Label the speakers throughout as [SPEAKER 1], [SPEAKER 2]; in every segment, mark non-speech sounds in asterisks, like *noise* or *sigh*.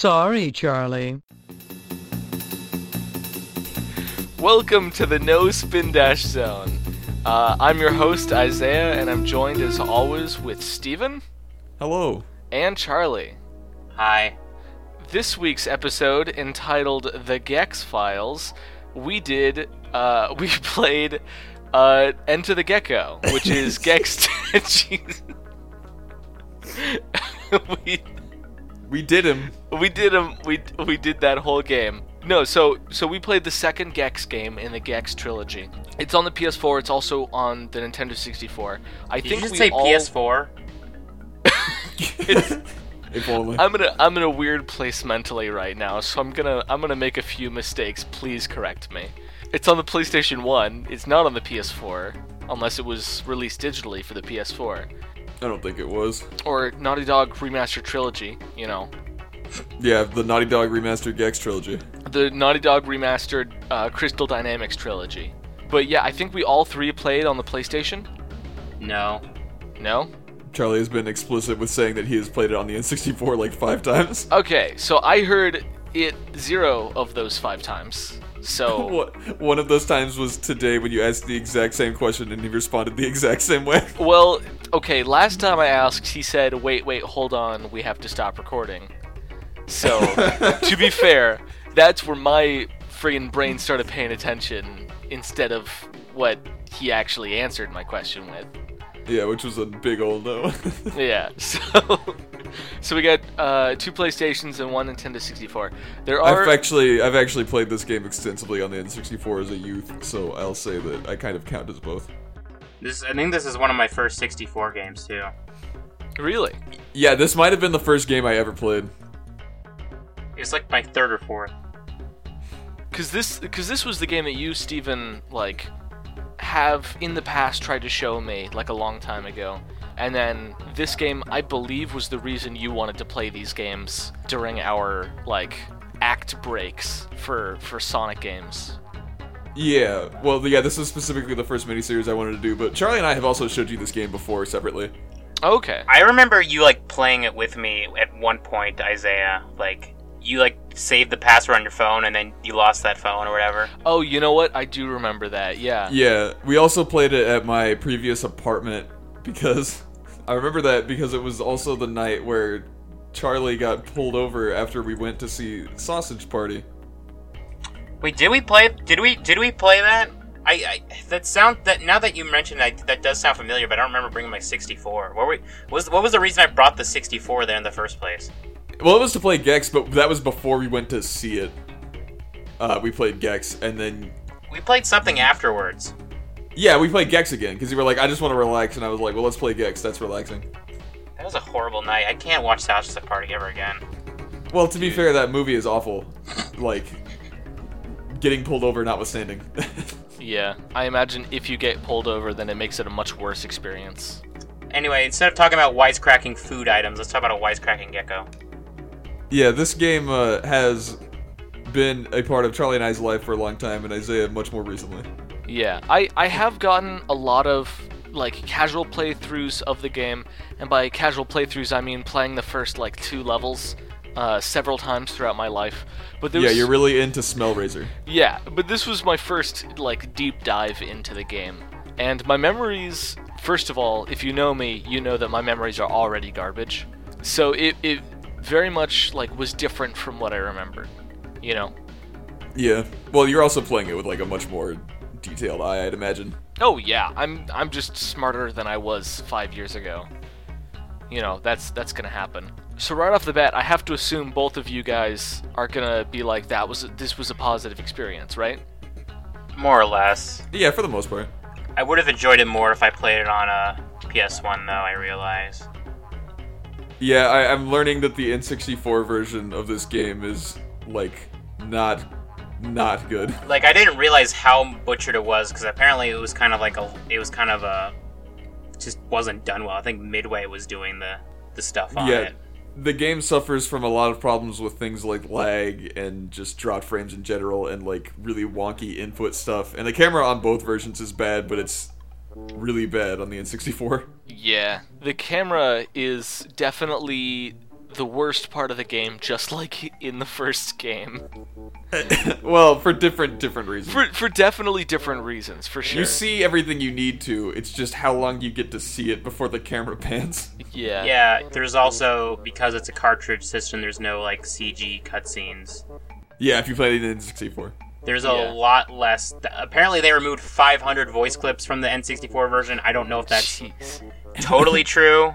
[SPEAKER 1] Sorry, Charlie.
[SPEAKER 2] Welcome to the No Spin Dash Zone. Uh, I'm your host, Isaiah, and I'm joined as always with Steven
[SPEAKER 3] Hello.
[SPEAKER 2] and Charlie.
[SPEAKER 4] Hi.
[SPEAKER 2] This week's episode, entitled The Gex Files, we did, uh, *laughs* we played uh, Enter the Gecko, which is Gex. *laughs* Jesus. we,
[SPEAKER 3] We did him.
[SPEAKER 2] we did 'em- we we did that whole game. No, so so we played the second Gex game in the Gex trilogy. It's on the PS4. It's also on the Nintendo 64. I
[SPEAKER 4] Did
[SPEAKER 2] think
[SPEAKER 4] you just
[SPEAKER 2] we
[SPEAKER 4] say
[SPEAKER 2] all-
[SPEAKER 4] PS4?
[SPEAKER 3] If only.
[SPEAKER 2] I'm gonna I'm in a weird place mentally right now, so I'm gonna I'm gonna make a few mistakes. Please correct me. It's on the PlayStation One. It's not on the PS4, unless it was released digitally for the PS4
[SPEAKER 3] I don't think it was.
[SPEAKER 2] or Naughty Dog Remaster Trilogy. You know,
[SPEAKER 3] Yeah, the Naughty Dog remastered Gex trilogy.
[SPEAKER 2] the Naughty Dog remastered uh, Crystal Dynamics trilogy. But yeah, I think we all three played on the PlayStation.
[SPEAKER 4] No.
[SPEAKER 2] No.
[SPEAKER 3] Charlie has been explicit with saying that he has played it on the N64 like five times. *laughs*
[SPEAKER 2] Okay, so I heard it zero of those five times. So
[SPEAKER 3] *laughs* What- One of those times was today when you asked the exact same question and he responded the exact same way. *laughs*
[SPEAKER 2] Well, okay, last time I asked, he said, wait, wait, hold on, we have to stop recording. So, to be fair, that's where my friggin' brain started paying attention instead of what he actually answered my question with.
[SPEAKER 3] Yeah, which was a big old no. *laughs*
[SPEAKER 2] Yeah, *laughs* so. So we got uh, two PlayStations and one Nintendo 64. There are
[SPEAKER 3] I've actually I've actually played this game extensively on the N64 as a youth, so I'll say that I kind of count as both.
[SPEAKER 4] This I think this is one of my first 64 games too.
[SPEAKER 2] really
[SPEAKER 3] Yeah, this might have been the first game I ever played.
[SPEAKER 4] It's like my third or fourth.
[SPEAKER 2] because this because this was the game that you, Steven, like have in the past tried to show me like a long time ago. And then this game, I believe, was the reason you wanted to play these games during our like act breaks for for Sonic games.
[SPEAKER 3] Yeah, well, yeah, this is specifically the first miniseries I wanted to do, but Charlie and I have also showed you this game before separately.
[SPEAKER 2] Okay.
[SPEAKER 4] I remember you like playing it with me at one point, Isaiah. Like you like saved the password on your phone and then you lost that phone or whatever.
[SPEAKER 2] Oh, you know what? I do remember that. Yeah.
[SPEAKER 3] Yeah, we also played it at my previous apartment because *laughs* I remember that because it was also the night where Charlie got pulled over after we went to see Sausage Party.
[SPEAKER 4] Wait, did we play? Did we? Did we play that? I, I that sound that now that you mentioned that that does sound familiar, but I don't remember bringing my 64. What were we, was what was the reason I brought the 64 there in the first place?
[SPEAKER 3] Well, it was to play Gex, but that was before we went to see it. Uh, we played Gex, and then
[SPEAKER 4] We played something afterwards.
[SPEAKER 3] yeah, we played Gex again because you were like, "I just want to relax," and I was like, "Well, let's play Gex. That's relaxing."
[SPEAKER 4] That was a horrible night. I can't watch Sausage Party ever again.
[SPEAKER 3] Well, to be fair, that movie is awful. Like, getting pulled over notwithstanding. *laughs*
[SPEAKER 2] Yeah. I imagine if you get pulled over, then it makes it a much worse experience.
[SPEAKER 4] Anyway, instead of talking about wisecracking food items, let's talk about a wisecracking gecko.
[SPEAKER 3] yeah, this game uh, has been a part of Charlie and I's life for a long time, and Isaiah much more recently.
[SPEAKER 2] Yeah, I, I have gotten a lot of like casual playthroughs of the game, and by casual playthroughs I mean playing the first like two levels uh, several times throughout my life. But there
[SPEAKER 3] Yeah,
[SPEAKER 2] was,
[SPEAKER 3] you're really into Smell Razor.
[SPEAKER 2] yeah, but this was my first like deep dive into the game, and my memories. First of all, if you know me, you know that my memories are already garbage. So it it very much like was different from what I remembered. You know.
[SPEAKER 3] Yeah. Well, you're also playing it with like a much more detailed eye, I'd imagine.
[SPEAKER 2] Oh yeah, I'm I'm just smarter than I was five years ago. You know, that's that's gonna happen. So right off the bat, I have to assume both of you guys are gonna be like, that was this was a positive experience, right?
[SPEAKER 4] More or less.
[SPEAKER 3] Yeah, for the most part.
[SPEAKER 4] I would have enjoyed it more if I played it on a PS1, though, I realize.
[SPEAKER 3] Yeah, I, I'm learning that the N64 version of this game is like not not good.
[SPEAKER 4] Like, I didn't realize how butchered it was, because apparently it was kind of like a. It was kind of a. Just wasn't done well. I think Midway was doing the, the stuff on
[SPEAKER 3] yeah,
[SPEAKER 4] it.
[SPEAKER 3] the game suffers from a lot of problems with things like lag and just dropped frames in general, and like really wonky input stuff. And the camera on both versions is bad, but it's really bad on the N64.
[SPEAKER 2] Yeah. The camera is definitely the worst part of the game, just like in the first game,
[SPEAKER 3] *laughs* well, for different different reasons.
[SPEAKER 2] for for definitely different reasons, for sure.
[SPEAKER 3] You see everything you need to. It's just how long you get to see it before the camera *laughs* pans.
[SPEAKER 2] yeah,
[SPEAKER 4] Yeah, there's also because it's a cartridge system. There's no like CG cutscenes.
[SPEAKER 3] Yeah, if you play the N64.
[SPEAKER 4] There's a
[SPEAKER 2] Yeah.
[SPEAKER 4] lot less. Apparently, they removed 500 voice clips from the N64 version. I don't know if that's
[SPEAKER 2] Jeez.
[SPEAKER 4] totally true,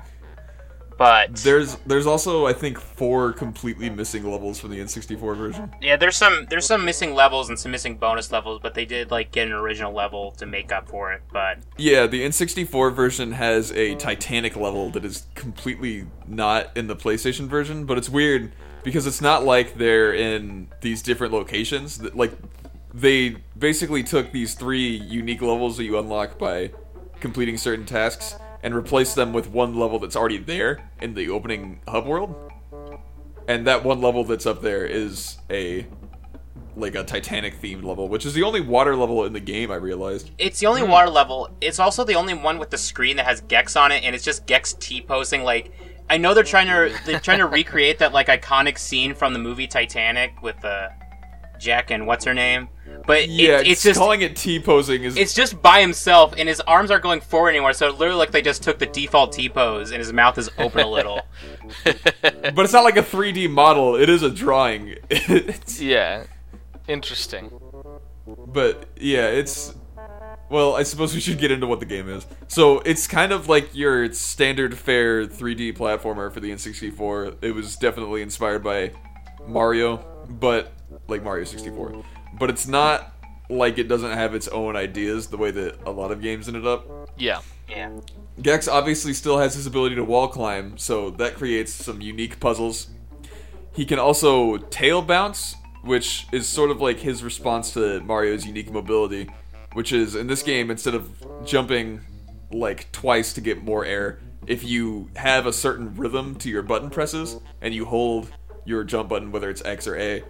[SPEAKER 4] but
[SPEAKER 3] There's there's also I think four completely missing levels from the N64 version.
[SPEAKER 4] yeah, there's some there's some missing levels and some missing bonus levels. But they did like get an original level to make up for it. But
[SPEAKER 3] Yeah, the N64 version has a Titanic level that is completely not in the PlayStation version, but it's weird because it's not like they're in these different locations. Th- Like they basically took these three unique levels that you unlock by completing certain tasks and replaced them with one level that's already there in the opening hub world. And that one level that's up there is a like a Titanic themed level, which is the only water level in the game I realized.
[SPEAKER 4] It's the only water level. It's also the only one with the screen that has Gex on it, and it's just Gex T posing. Like, I know they're trying to they're trying to recreate that like iconic scene from the movie Titanic with uh, Jack and what's her name, but it-
[SPEAKER 3] Yeah,
[SPEAKER 4] it's just
[SPEAKER 3] calling it T posing is
[SPEAKER 4] it's just by himself, and his arms aren't going forward anywhere. So literally, like they just took the default T pose, and his mouth is open a little.
[SPEAKER 3] but it's not like a 3D model, it is a drawing. *laughs* It's-
[SPEAKER 2] yeah. Interesting.
[SPEAKER 3] but yeah, it's well, I suppose we should get into what the game is. So, it's kind of like your standard fair 3D platformer for the N64. It was definitely inspired by Mario, but like Mario 64. But it's not like it doesn't have its own ideas the way that a lot of games ended up.
[SPEAKER 2] Yeah.
[SPEAKER 4] yeah,
[SPEAKER 3] Gex obviously still has his ability to wall climb, so that creates some unique puzzles. He can also tail bounce, which is sort of like his response to Mario's unique mobility, which is in this game, instead of jumping like twice to get more air, if you have a certain rhythm to your button presses and you hold your jump button, whether it's X or A,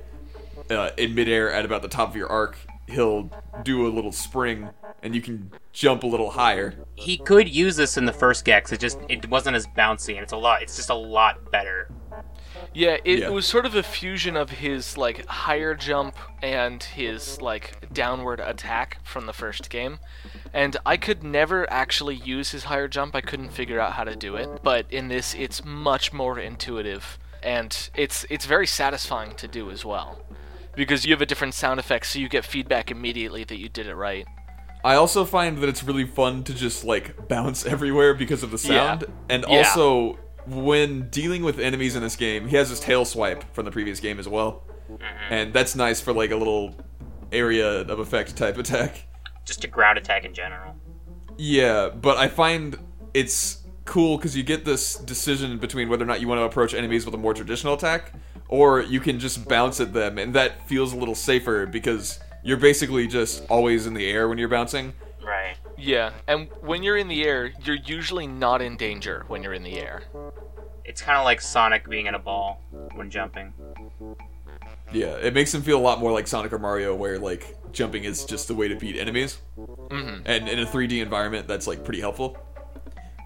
[SPEAKER 3] uh, in midair at about the top of your arc, he'll do a little spring and you can jump a little higher.
[SPEAKER 4] he could use this in the first Gex. It just it wasn't as bouncy, and it's a lot. It's just a lot better.
[SPEAKER 2] Yeah, it
[SPEAKER 3] Yeah.
[SPEAKER 2] was sort of a fusion of his like higher jump and his like downward attack from the first game. And I could never actually use his higher jump. I couldn't figure out how to do it. But in this it's much more intuitive and it's it's very satisfying to do as well. Because you have a different sound effect so you get feedback immediately that you did it right.
[SPEAKER 3] I also find that it's really fun to just like bounce *laughs* everywhere because of the sound.
[SPEAKER 2] Yeah.
[SPEAKER 3] And
[SPEAKER 2] Yeah.
[SPEAKER 3] also, when dealing with enemies in this game, he has his tail swipe from the previous game as well.
[SPEAKER 2] Mm-hmm.
[SPEAKER 3] And that's nice for like a little area of effect type attack. *laughs*
[SPEAKER 4] Just a ground attack in general.
[SPEAKER 3] Yeah, but I find it's cool because you get this decision between whether or not you want to approach enemies with a more traditional attack, or you can just bounce at them, and that feels a little safer because you're basically just always in the air when you're bouncing.
[SPEAKER 4] Right.
[SPEAKER 2] Yeah, and when you're in the air, you're usually not in danger when you're in the air.
[SPEAKER 4] It's kind of like Sonic being in a ball when jumping.
[SPEAKER 3] Yeah, it makes him feel a lot more like Sonic or Mario, where like jumping is just the way to beat enemies. Mm-hmm. And in a 3D environment, that's like pretty helpful.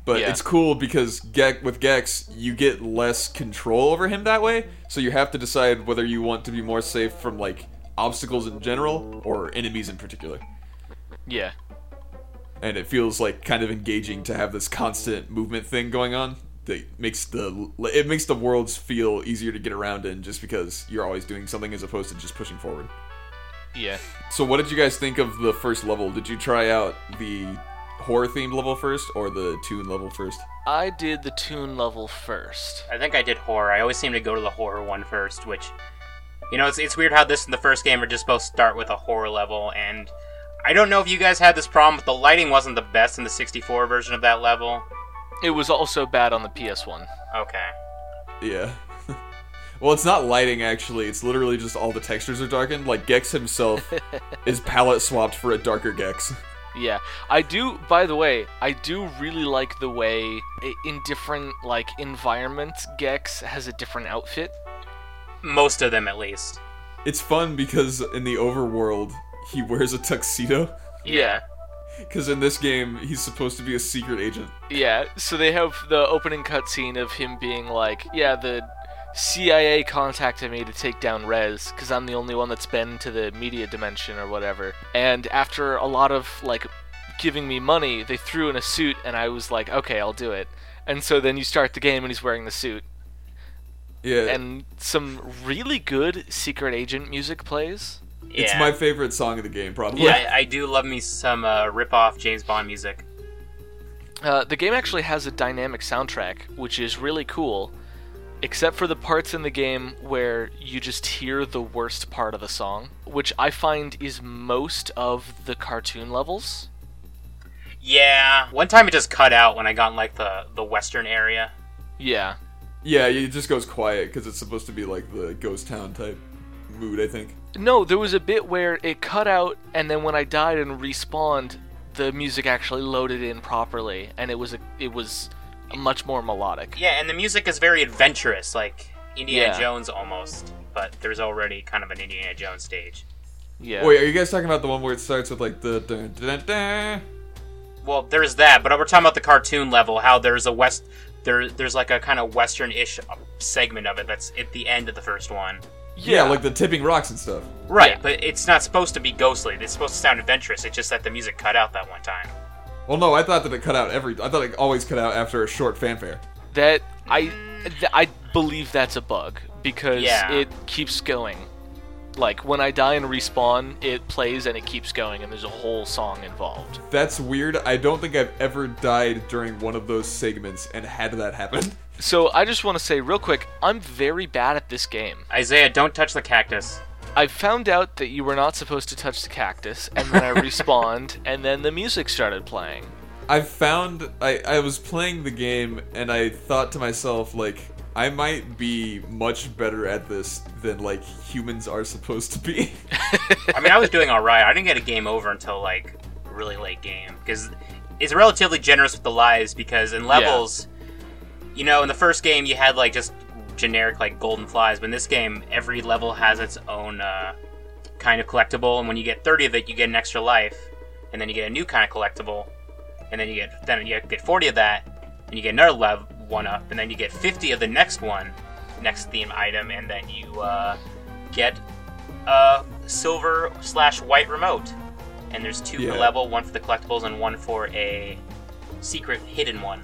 [SPEAKER 3] But
[SPEAKER 2] Yeah.
[SPEAKER 3] it's cool because Gex, with Gex, you get less control over him that way. So you have to decide whether you want to be more safe from like obstacles in general or enemies in particular.
[SPEAKER 2] Yeah.
[SPEAKER 3] And it feels like kind of engaging to have this constant movement thing going on that makes the it makes the worlds feel easier to get around in just because you're always doing something as opposed to just pushing forward.
[SPEAKER 2] Yeah.
[SPEAKER 3] So, what did you guys think of the first level? Did you try out the horror themed level first or the tune level first?
[SPEAKER 2] I did the tune level first.
[SPEAKER 4] I think I did horror. I always seem to go to the horror one first, which, you know, it's, it's weird how this and the first game are just both start with a horror level. And I don't know if you guys had this problem, but the lighting wasn't the best in the 64 version of that level.
[SPEAKER 2] It was also bad on the PS1.
[SPEAKER 4] Okay.
[SPEAKER 3] Yeah. *laughs* well, it's not lighting actually. It's literally just all the textures are darkened. Like Gex himself is palette swapped for a darker Gex.
[SPEAKER 2] Yeah. I do, by the way, I do really like the way i- in different, like, environments, Gex has a different outfit.
[SPEAKER 4] Most of them, at least.
[SPEAKER 3] It's fun because in the overworld he wears a tuxedo. *laughs*
[SPEAKER 2] Yeah.
[SPEAKER 3] Because in this game he's supposed to be a secret agent.
[SPEAKER 2] Yeah. So they have the opening cutscene of him being like, yeah, the CIA contacted me to take down Rez because I'm the only one that's been to the media dimension or whatever. And after a lot of like giving me money, they threw in a suit, and I was like, okay, I'll do it. And so then you start the game, and he's wearing the suit,
[SPEAKER 3] Yeah.
[SPEAKER 2] and some really good secret agent music plays.
[SPEAKER 4] Yeah.
[SPEAKER 3] it's my favorite song of the game, probably.
[SPEAKER 4] yeah, I, I do love me some uh, rip-off James Bond music.
[SPEAKER 2] Uh, the game actually has a dynamic soundtrack, which is really cool, except for the parts in the game where you just hear the worst part of the song, which I find is most of the cartoon levels.
[SPEAKER 4] Yeah. One time it just cut out when I got in like the the western area.
[SPEAKER 2] Yeah.
[SPEAKER 3] Yeah, it just goes quiet because it's supposed to be like the ghost town type mood, I think.
[SPEAKER 2] No, there was a bit where it cut out, and then when I died and respawned, the music actually loaded in properly, and it was a, it was much more melodic.
[SPEAKER 4] Yeah, and the music is very adventurous, like Indiana
[SPEAKER 2] Yeah.
[SPEAKER 4] Jones almost, but there's already kind of an Indiana Jones stage.
[SPEAKER 2] Yeah.
[SPEAKER 3] Wait, are you guys talking about the one where it starts with like the dun, dun, dun, dun?
[SPEAKER 4] Well, there's that, but we're talking about the cartoon level. How there's a west, there, there's like a kind of western-ish segment of it that's at the end of the first one.
[SPEAKER 3] Yeah, like the tipping rocks and stuff.
[SPEAKER 4] Right,
[SPEAKER 2] Yeah.
[SPEAKER 4] but it's not supposed to be ghostly. It's supposed to sound adventurous. It's just that the music cut out that one time.
[SPEAKER 3] Well, no, I thought that it cut out every. I thought it always cut out after a short fanfare.
[SPEAKER 2] that I th- I believe that's a bug because
[SPEAKER 4] Yeah.
[SPEAKER 2] it keeps going. Like when I die and respawn, it plays and it keeps going, and there's a whole song involved.
[SPEAKER 3] That's weird. I don't think I've ever died during one of those segments and had that happen. *laughs*
[SPEAKER 2] So I just want to say real quick, I'm very bad at this game.
[SPEAKER 4] Isaiah, don't touch the cactus.
[SPEAKER 2] I found out that you were not supposed to touch the cactus, and then
[SPEAKER 3] *laughs*
[SPEAKER 2] I respawned, and then the music started playing.
[SPEAKER 3] I found I, I was playing the game and I thought to myself like I might be much better at this than like humans are supposed to be. *laughs*
[SPEAKER 4] *laughs* I mean, I was doing all right. I didn't get a game over until like really late game because it's relatively generous with the lives because in levels, you know, in the first game you had like just generic like golden flies, but in this game every level has its own uh, kind of collectible, and when you get thirty of it, you get an extra life, and then you get a new kind of collectible, and then you get then you get forty of that, and you get another level one up, and then you get fifty of the next one, next theme item, and then you uh, get a silver slash white remote. And there's two per
[SPEAKER 3] Yeah.
[SPEAKER 4] level, one for the collectibles and one for a secret hidden one.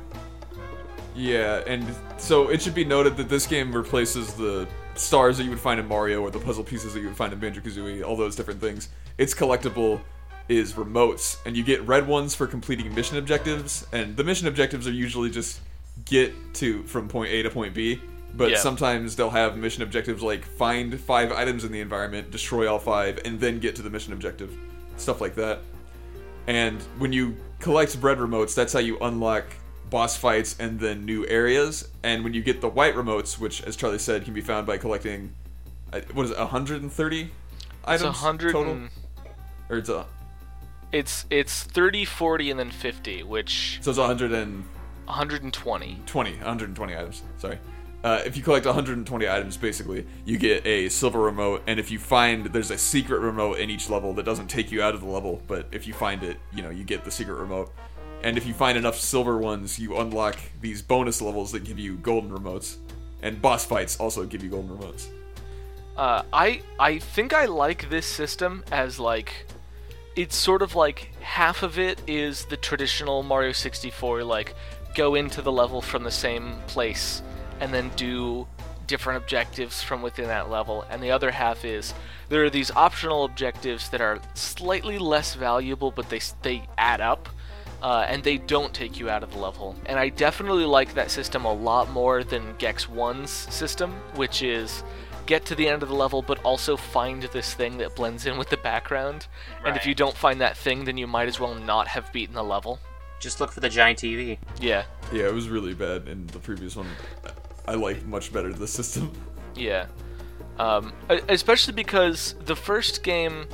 [SPEAKER 3] yeah, and so it should be noted that this game replaces the stars that you would find in Mario or the puzzle pieces that you would find in Banjo Kazooie, all those different things. Its collectible is remotes, and you get red ones for completing mission objectives, and the mission objectives are usually just get to from point A to point B. But
[SPEAKER 2] Yeah.
[SPEAKER 3] sometimes they'll have mission objectives like find five items in the environment, destroy all five, and then get to the mission objective. Stuff like that. And when you collect bread remotes, that's how you unlock boss fights and then new areas. And when you get the white remotes, which, as Charlie said, can be found by collecting, I- what is it, 130
[SPEAKER 2] It's
[SPEAKER 3] items
[SPEAKER 2] a hundred.
[SPEAKER 3] total?
[SPEAKER 2] and-
[SPEAKER 3] Or it's a,
[SPEAKER 2] It's it's 30, 40, and then 50, which
[SPEAKER 3] so it's 120,
[SPEAKER 2] 120.
[SPEAKER 3] 120 items. Sorry. Uh, if you collect 120 items, basically, you get a silver remote. And if you find there's a secret remote in each level that doesn't take you out of the level, but if you find it, you know, you get the secret remote. And if you find enough silver ones, you unlock these bonus levels that give you golden remotes. And boss fights also give you golden remotes.
[SPEAKER 2] Uh, I I think I like this system as like it's sort of like half of it is the traditional Mario 64 like go into the level from the same place and then do different objectives from within that level and the other half is there are these optional objectives that are slightly less valuable but they they add up uh, and they don't take you out of the level. And I definitely like that system a lot more than Gex 1's system, which is get to the end of the level but also find this thing that blends in with the background. And if
[SPEAKER 4] Right.
[SPEAKER 2] you don't find that thing, then you might as well not have beaten the level.
[SPEAKER 4] Just look for the giant TV.
[SPEAKER 2] Yeah,
[SPEAKER 3] Yeah, it was really bad in the previous one. I like much better the system. *laughs*
[SPEAKER 2] yeah. Um, e- especially because the first game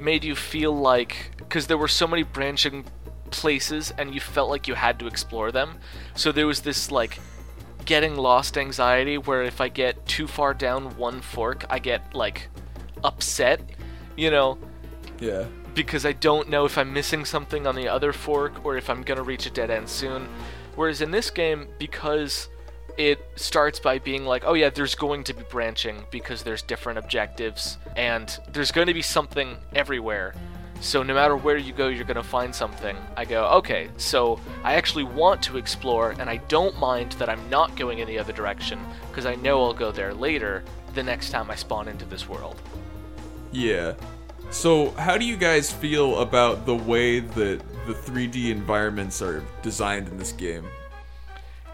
[SPEAKER 2] made you feel like because there were so many branching places and you felt like you had to explore them. So there was this like getting lost anxiety where if I get too far down one fork, I get like upset, you know,
[SPEAKER 3] Yeah.
[SPEAKER 2] because I don't know if I'm missing something on the other fork or if I'm going to reach a dead end soon. Whereas in this game, because it starts by being like, oh yeah, there's going to be branching because there's different objectives and there's going to be something everywhere. So no matter where you go, you're going to find something. I go, okay, so I actually want to explore and I don't mind that I'm not going in the other direction because I know I'll go there later the next time I spawn into this world.
[SPEAKER 3] Yeah. So, how do you guys feel about the way that the 3D environments are designed in this game?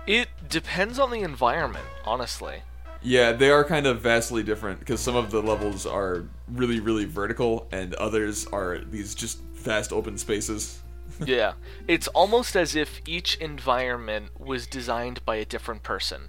[SPEAKER 2] It depends on the environment, honestly.
[SPEAKER 3] Yeah, they are kind of vastly different because some of the levels are really, really vertical, and others are these just vast open spaces.
[SPEAKER 2] yeah. It's almost as if each environment was designed by a different person,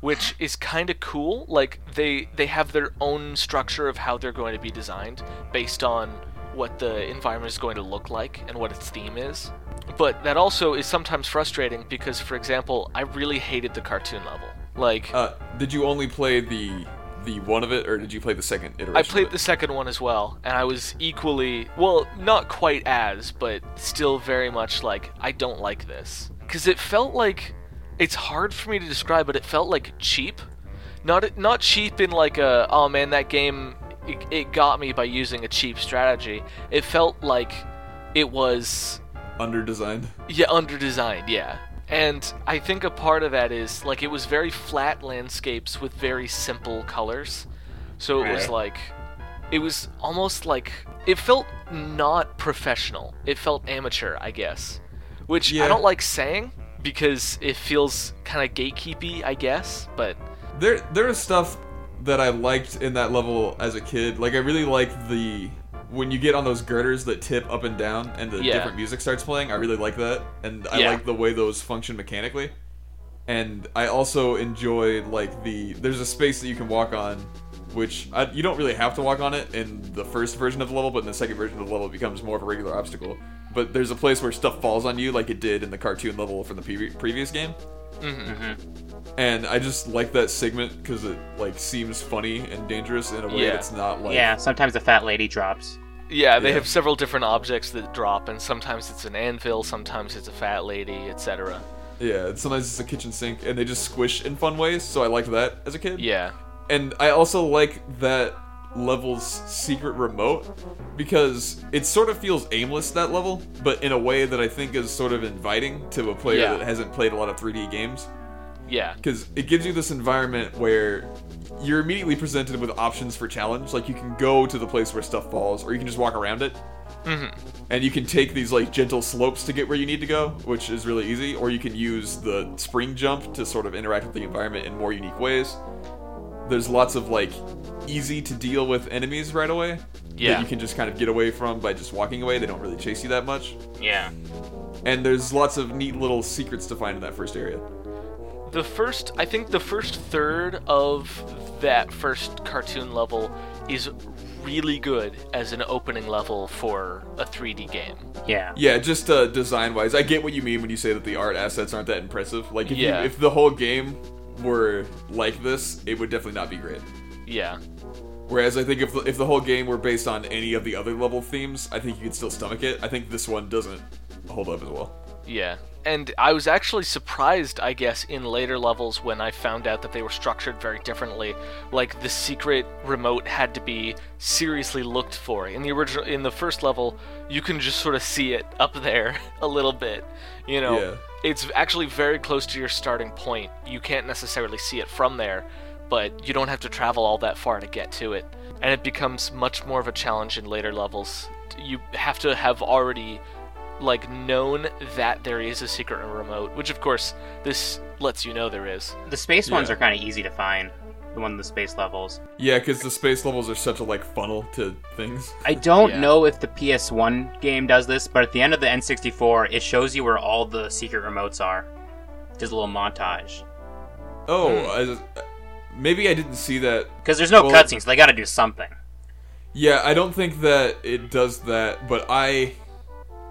[SPEAKER 2] which is kind of cool. Like they they have their own structure of how they're going to be designed based on what the environment is going to look like and what its theme is. But that also is sometimes frustrating because for example, I really hated the cartoon level. Like
[SPEAKER 3] Uh, did you only play the the one of it, or did you play the second iteration?
[SPEAKER 2] I
[SPEAKER 3] of
[SPEAKER 2] played
[SPEAKER 3] it?
[SPEAKER 2] the second one as well, and I was equally, well, not quite as, but still very much like, I don't like this. Because it felt like, it's hard for me to describe, but it felt like cheap. Not, not cheap in like a, oh man, that game, it, it got me by using a cheap strategy. It felt like it was
[SPEAKER 3] underdesigned.
[SPEAKER 2] yeah, underdesigned, yeah. And I think a part of that is like it was very flat landscapes with very simple colors. So it was
[SPEAKER 4] Right.
[SPEAKER 2] like it was almost like it felt not professional. It felt amateur, I guess. Which
[SPEAKER 3] Yeah.
[SPEAKER 2] I don't like saying because it feels kind of gatekeepy, I guess, but
[SPEAKER 3] There, there is stuff that I liked in that level as a kid. Like I really liked the when you get on those girders that tip up and down, and the
[SPEAKER 2] Yeah.
[SPEAKER 3] different music starts playing. I really like that, and I
[SPEAKER 2] Yeah.
[SPEAKER 3] like the way those function mechanically. And I also enjoy like the there's a space that you can walk on, which I, you don't really have to walk on it in the first version of the level, but in the second version of the level it becomes more of a regular obstacle. But there's a place where stuff falls on you, like it did in the cartoon level from the pre- previous game Mm-hmm. and I just like that segment because it like seems funny and dangerous in a way
[SPEAKER 2] Yeah.
[SPEAKER 3] that's not like
[SPEAKER 4] Yeah, sometimes the fat lady drops.
[SPEAKER 2] yeah, they
[SPEAKER 3] Yeah.
[SPEAKER 2] have several different objects that drop and sometimes it's an anvil, sometimes it's a fat lady, etc.
[SPEAKER 3] yeah. and Sometimes it's a kitchen sink, and they just squish in fun ways. So I liked that as a kid.
[SPEAKER 2] Yeah.
[SPEAKER 3] and I also like that level's secret remote because it sort of feels aimless that level, but in a way that I think is sort of inviting to a player
[SPEAKER 2] Yeah.
[SPEAKER 3] that hasn't played a lot of 3D games.
[SPEAKER 2] Yeah.
[SPEAKER 3] because it gives you this environment where you're immediately presented with options for challenge. Like you can go to the place where stuff falls, or you can just walk around it. And you can take these like gentle slopes to get where you need to go, which is really easy. Or you can use the spring jump to sort of interact with the environment in more unique ways. There's lots of like easy to deal with enemies right away
[SPEAKER 2] Yeah.
[SPEAKER 3] that you can just kind of get away from by just walking away. They don't really chase you that much.
[SPEAKER 4] Yeah.
[SPEAKER 3] And there's lots of neat little secrets to find in that first area.
[SPEAKER 2] The first, I think the first third of that first cartoon level is really good as an opening level for a 3D game.
[SPEAKER 4] Yeah.
[SPEAKER 3] Yeah, just uh, design wise, I get what you mean when you say that the art assets aren't that impressive. Like, if, you-
[SPEAKER 2] Yeah.
[SPEAKER 3] if the whole game were like this, it would definitely not be great.
[SPEAKER 2] Yeah.
[SPEAKER 3] Whereas I think if the, if the whole game were based on any of the other level themes, I think you could still stomach it. I think this one doesn't hold up as well.
[SPEAKER 2] Yeah. And I was actually surprised, I guess, in later levels when I found out that they were structured very differently. Like the secret remote had to be seriously looked for. In the original in the first level, you can just sort of see it *laughs* up there a little bit, you know.
[SPEAKER 3] Yeah.
[SPEAKER 2] It's actually very close to your starting point. You can't necessarily see it from there, but you don't have to travel all that far to get to it. And it becomes much more of a challenge in later levels. You have to have already like known that there is a secret remote, which of course this lets you know there is.
[SPEAKER 4] The space ones
[SPEAKER 3] Yeah.
[SPEAKER 4] are kind of easy to find. The one in the space levels.
[SPEAKER 3] Yeah, because the space levels are such a like funnel to things.
[SPEAKER 4] I don't
[SPEAKER 2] Yeah.
[SPEAKER 4] know if the PS1 game does this, but at the end of the N64, it shows you where all the secret remotes are. Does a little montage.
[SPEAKER 3] Oh, I just- maybe I didn't see that
[SPEAKER 4] Because there's no
[SPEAKER 3] Well-
[SPEAKER 4] cutscenes, they gotta do something.
[SPEAKER 3] Yeah, I don't think that it does that, but I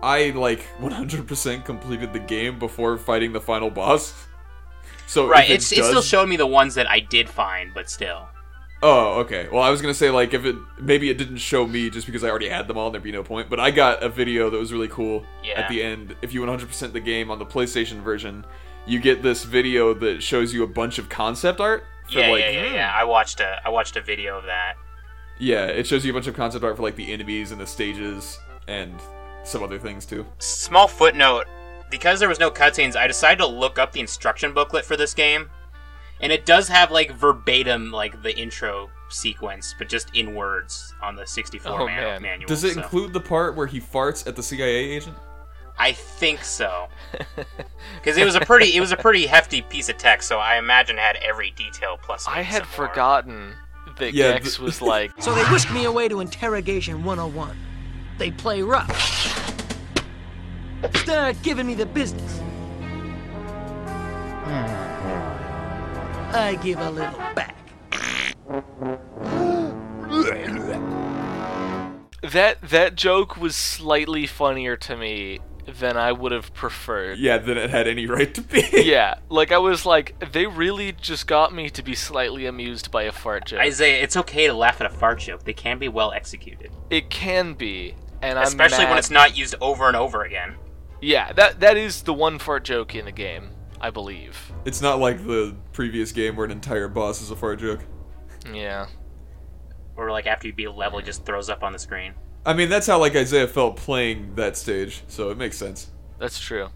[SPEAKER 3] I like 100% completed the game before fighting the final boss. So if
[SPEAKER 4] Right,
[SPEAKER 3] it
[SPEAKER 4] it's, it still
[SPEAKER 3] does-
[SPEAKER 4] showed me the ones that I did find, but still.
[SPEAKER 3] Oh, okay. Well, I was gonna say like if it maybe it didn't show me just because I already had them all, there'd be no point. But I got a video that was really cool
[SPEAKER 4] Yeah.
[SPEAKER 3] at the end. If you 100% the game on the PlayStation version, you get this video that shows you a bunch of concept art for
[SPEAKER 4] yeah,
[SPEAKER 3] like
[SPEAKER 4] yeah, yeah, yeah. I watched a I watched a video of that.
[SPEAKER 3] Yeah, it shows you a bunch of concept art for like the enemies and the stages and some other things too.
[SPEAKER 4] Small footnote: because there was no cutscenes, I decided to look up the instruction booklet for this game, and it does have like verbatim like the intro sequence, but just in words on the 64
[SPEAKER 2] Oh,
[SPEAKER 4] man-
[SPEAKER 2] man.
[SPEAKER 4] manual.
[SPEAKER 3] Does it
[SPEAKER 4] so-
[SPEAKER 3] include the part where he farts at the CIA agent?
[SPEAKER 4] I think so, *laughs* because it was a pretty it was a pretty hefty piece of text. So I imagine it had every detail plus.
[SPEAKER 2] I
[SPEAKER 4] maybe
[SPEAKER 2] had
[SPEAKER 4] some more.
[SPEAKER 2] forgotten that
[SPEAKER 3] Yeah,
[SPEAKER 2] Gex
[SPEAKER 3] the- *laughs*
[SPEAKER 2] was like,
[SPEAKER 1] So they whisk me away to interrogation 101. They play rough. Start giving me the business. I give a little back.
[SPEAKER 2] that that joke was slightly funnier to me than I would have preferred.
[SPEAKER 3] Yeah, then it had any right to *laughs* be.
[SPEAKER 2] Yeah, like I was like, they really just got me to be slightly amused by a fart joke.
[SPEAKER 4] Isaiah, it's okay to laugh at a fart joke. They can be well executed,
[SPEAKER 2] it can be, and I'm
[SPEAKER 4] especially when
[SPEAKER 2] mad-
[SPEAKER 4] it's not used over and over again.
[SPEAKER 2] Yeah, that that is the one fart joke in the game, I believe.
[SPEAKER 3] It's not like the previous game where an entire boss is a fart joke.
[SPEAKER 2] Yeah.
[SPEAKER 4] Or like after you beat a level, it just throws up on the screen.
[SPEAKER 3] I mean, that's how like Isaiah felt playing that stage, so it makes sense.
[SPEAKER 2] That's true.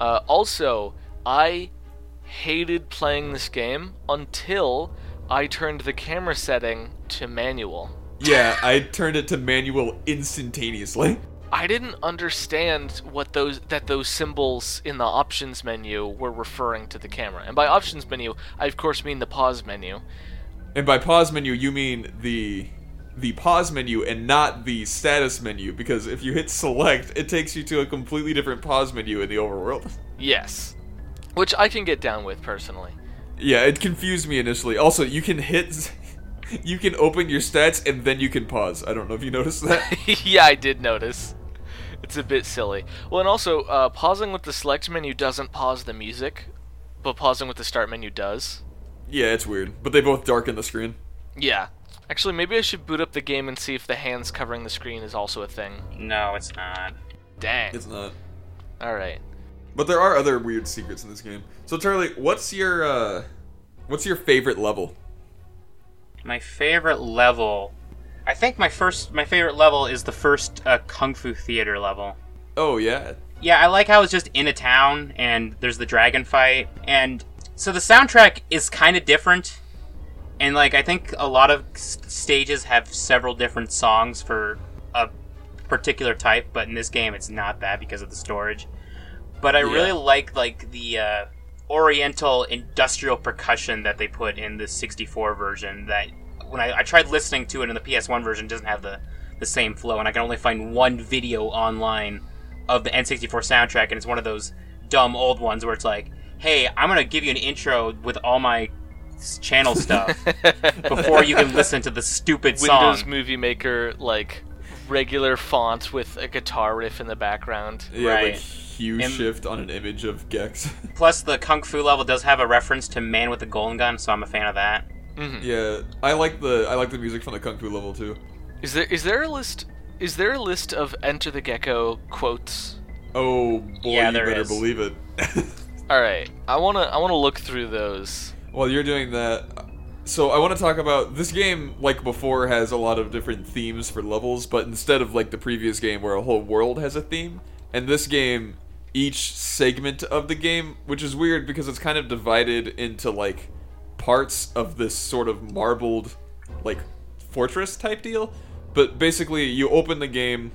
[SPEAKER 2] Uh, also, I hated playing this game until I turned the camera setting to manual.
[SPEAKER 3] *laughs* Yeah, I turned it to manual instantaneously.
[SPEAKER 2] I didn't understand what those that those symbols in the options menu were referring to the camera. And by options menu, I of course mean the pause menu.
[SPEAKER 3] And by pause menu, you mean the the pause menu and not the status menu because if you hit select, it takes you to a completely different pause menu in the overworld. *laughs*
[SPEAKER 2] Yes. Which I can get down with personally.
[SPEAKER 3] Yeah, it confused me initially. Also, you can hit *laughs* you can open your stats and then you can pause. I don't know if you noticed
[SPEAKER 4] *laughs*
[SPEAKER 2] *laughs*
[SPEAKER 3] that.
[SPEAKER 2] yeah, I did notice. It's a bit silly. Well, and also, uh, pausing with the select menu doesn't pause the music, but pausing with the start menu does.
[SPEAKER 3] yeah, it's weird, but they both darken the screen.
[SPEAKER 2] Yeah. Actually, maybe I should boot up the game and see if the hands covering the screen is also a thing.
[SPEAKER 4] No, it's not.
[SPEAKER 2] Dang.
[SPEAKER 3] It's not.
[SPEAKER 2] *laughs* Alright.
[SPEAKER 3] But there are other weird secrets in this game. So Charlie, what's your uh what's your favorite level?
[SPEAKER 4] My favorite level, I think my first my favorite level is the first uh, Kung Fu Theater level.
[SPEAKER 3] Oh yeah.
[SPEAKER 4] Yeah, I like how it's just in a town and there's the dragon fight and so the soundtrack is kind of different. And like I think a lot of s- stages have several different songs for a particular type, but in this game it's not that because of the storage. But I really like like the uh, oriental industrial percussion that they put in the 64 version that when I, I tried listening to it in the PS1 version it doesn't have the the same flow and I can only find one video online of the N64 soundtrack, and it's one of those dumb old ones where it's like, "Hey, I'm gonna give you an intro with all my s- channel stuff before you can listen to the stupid
[SPEAKER 2] Windows
[SPEAKER 4] song."
[SPEAKER 2] Movie Maker, like, regular font with a guitar riff in the background.
[SPEAKER 3] Yeah,
[SPEAKER 4] Right.
[SPEAKER 3] like hue
[SPEAKER 4] And-
[SPEAKER 3] shift on an image of
[SPEAKER 4] *laughs*
[SPEAKER 3] Gex. *laughs*
[SPEAKER 4] Plus, the kung fu level does have a reference to Man with the Golden Gun, so I'm a fan of that.
[SPEAKER 3] yeah, I like the I like the music from the kung fu level too.
[SPEAKER 2] Is there is there a list is there a list of Enter the Gecko quotes?
[SPEAKER 3] Oh boy,
[SPEAKER 4] Yeah,
[SPEAKER 3] you
[SPEAKER 4] there
[SPEAKER 3] better
[SPEAKER 4] is.
[SPEAKER 3] believe it. *laughs*
[SPEAKER 2] Alright. I wanna I wanna look through those.
[SPEAKER 3] While you're doing that, so I want to talk about this game. Like before, has a lot of different themes for levels, but instead of like the previous game where a whole world has a theme, and this game, each segment of the game, which is weird because it's kind of divided into like parts of this sort of marbled, like fortress type deal. But basically, you open the game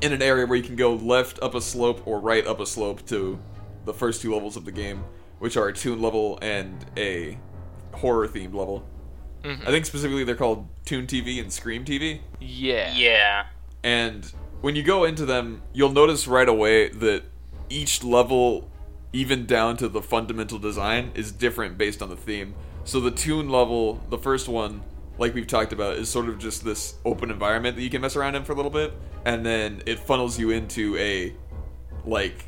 [SPEAKER 3] in an area where you can go left up a slope or right up a slope to the first two levels of the game, which are a tune level and a horror themed level. I think specifically they're called Tune TV and Scream TV.
[SPEAKER 2] Yeah.
[SPEAKER 4] Yeah,
[SPEAKER 3] And when you go into them, you'll notice right away that each level, even down to the fundamental design, is different based on the theme. So the tune level, the first one, like we've talked about, is sort of just this open environment that you can mess around in for a little bit, and then it funnels you into a like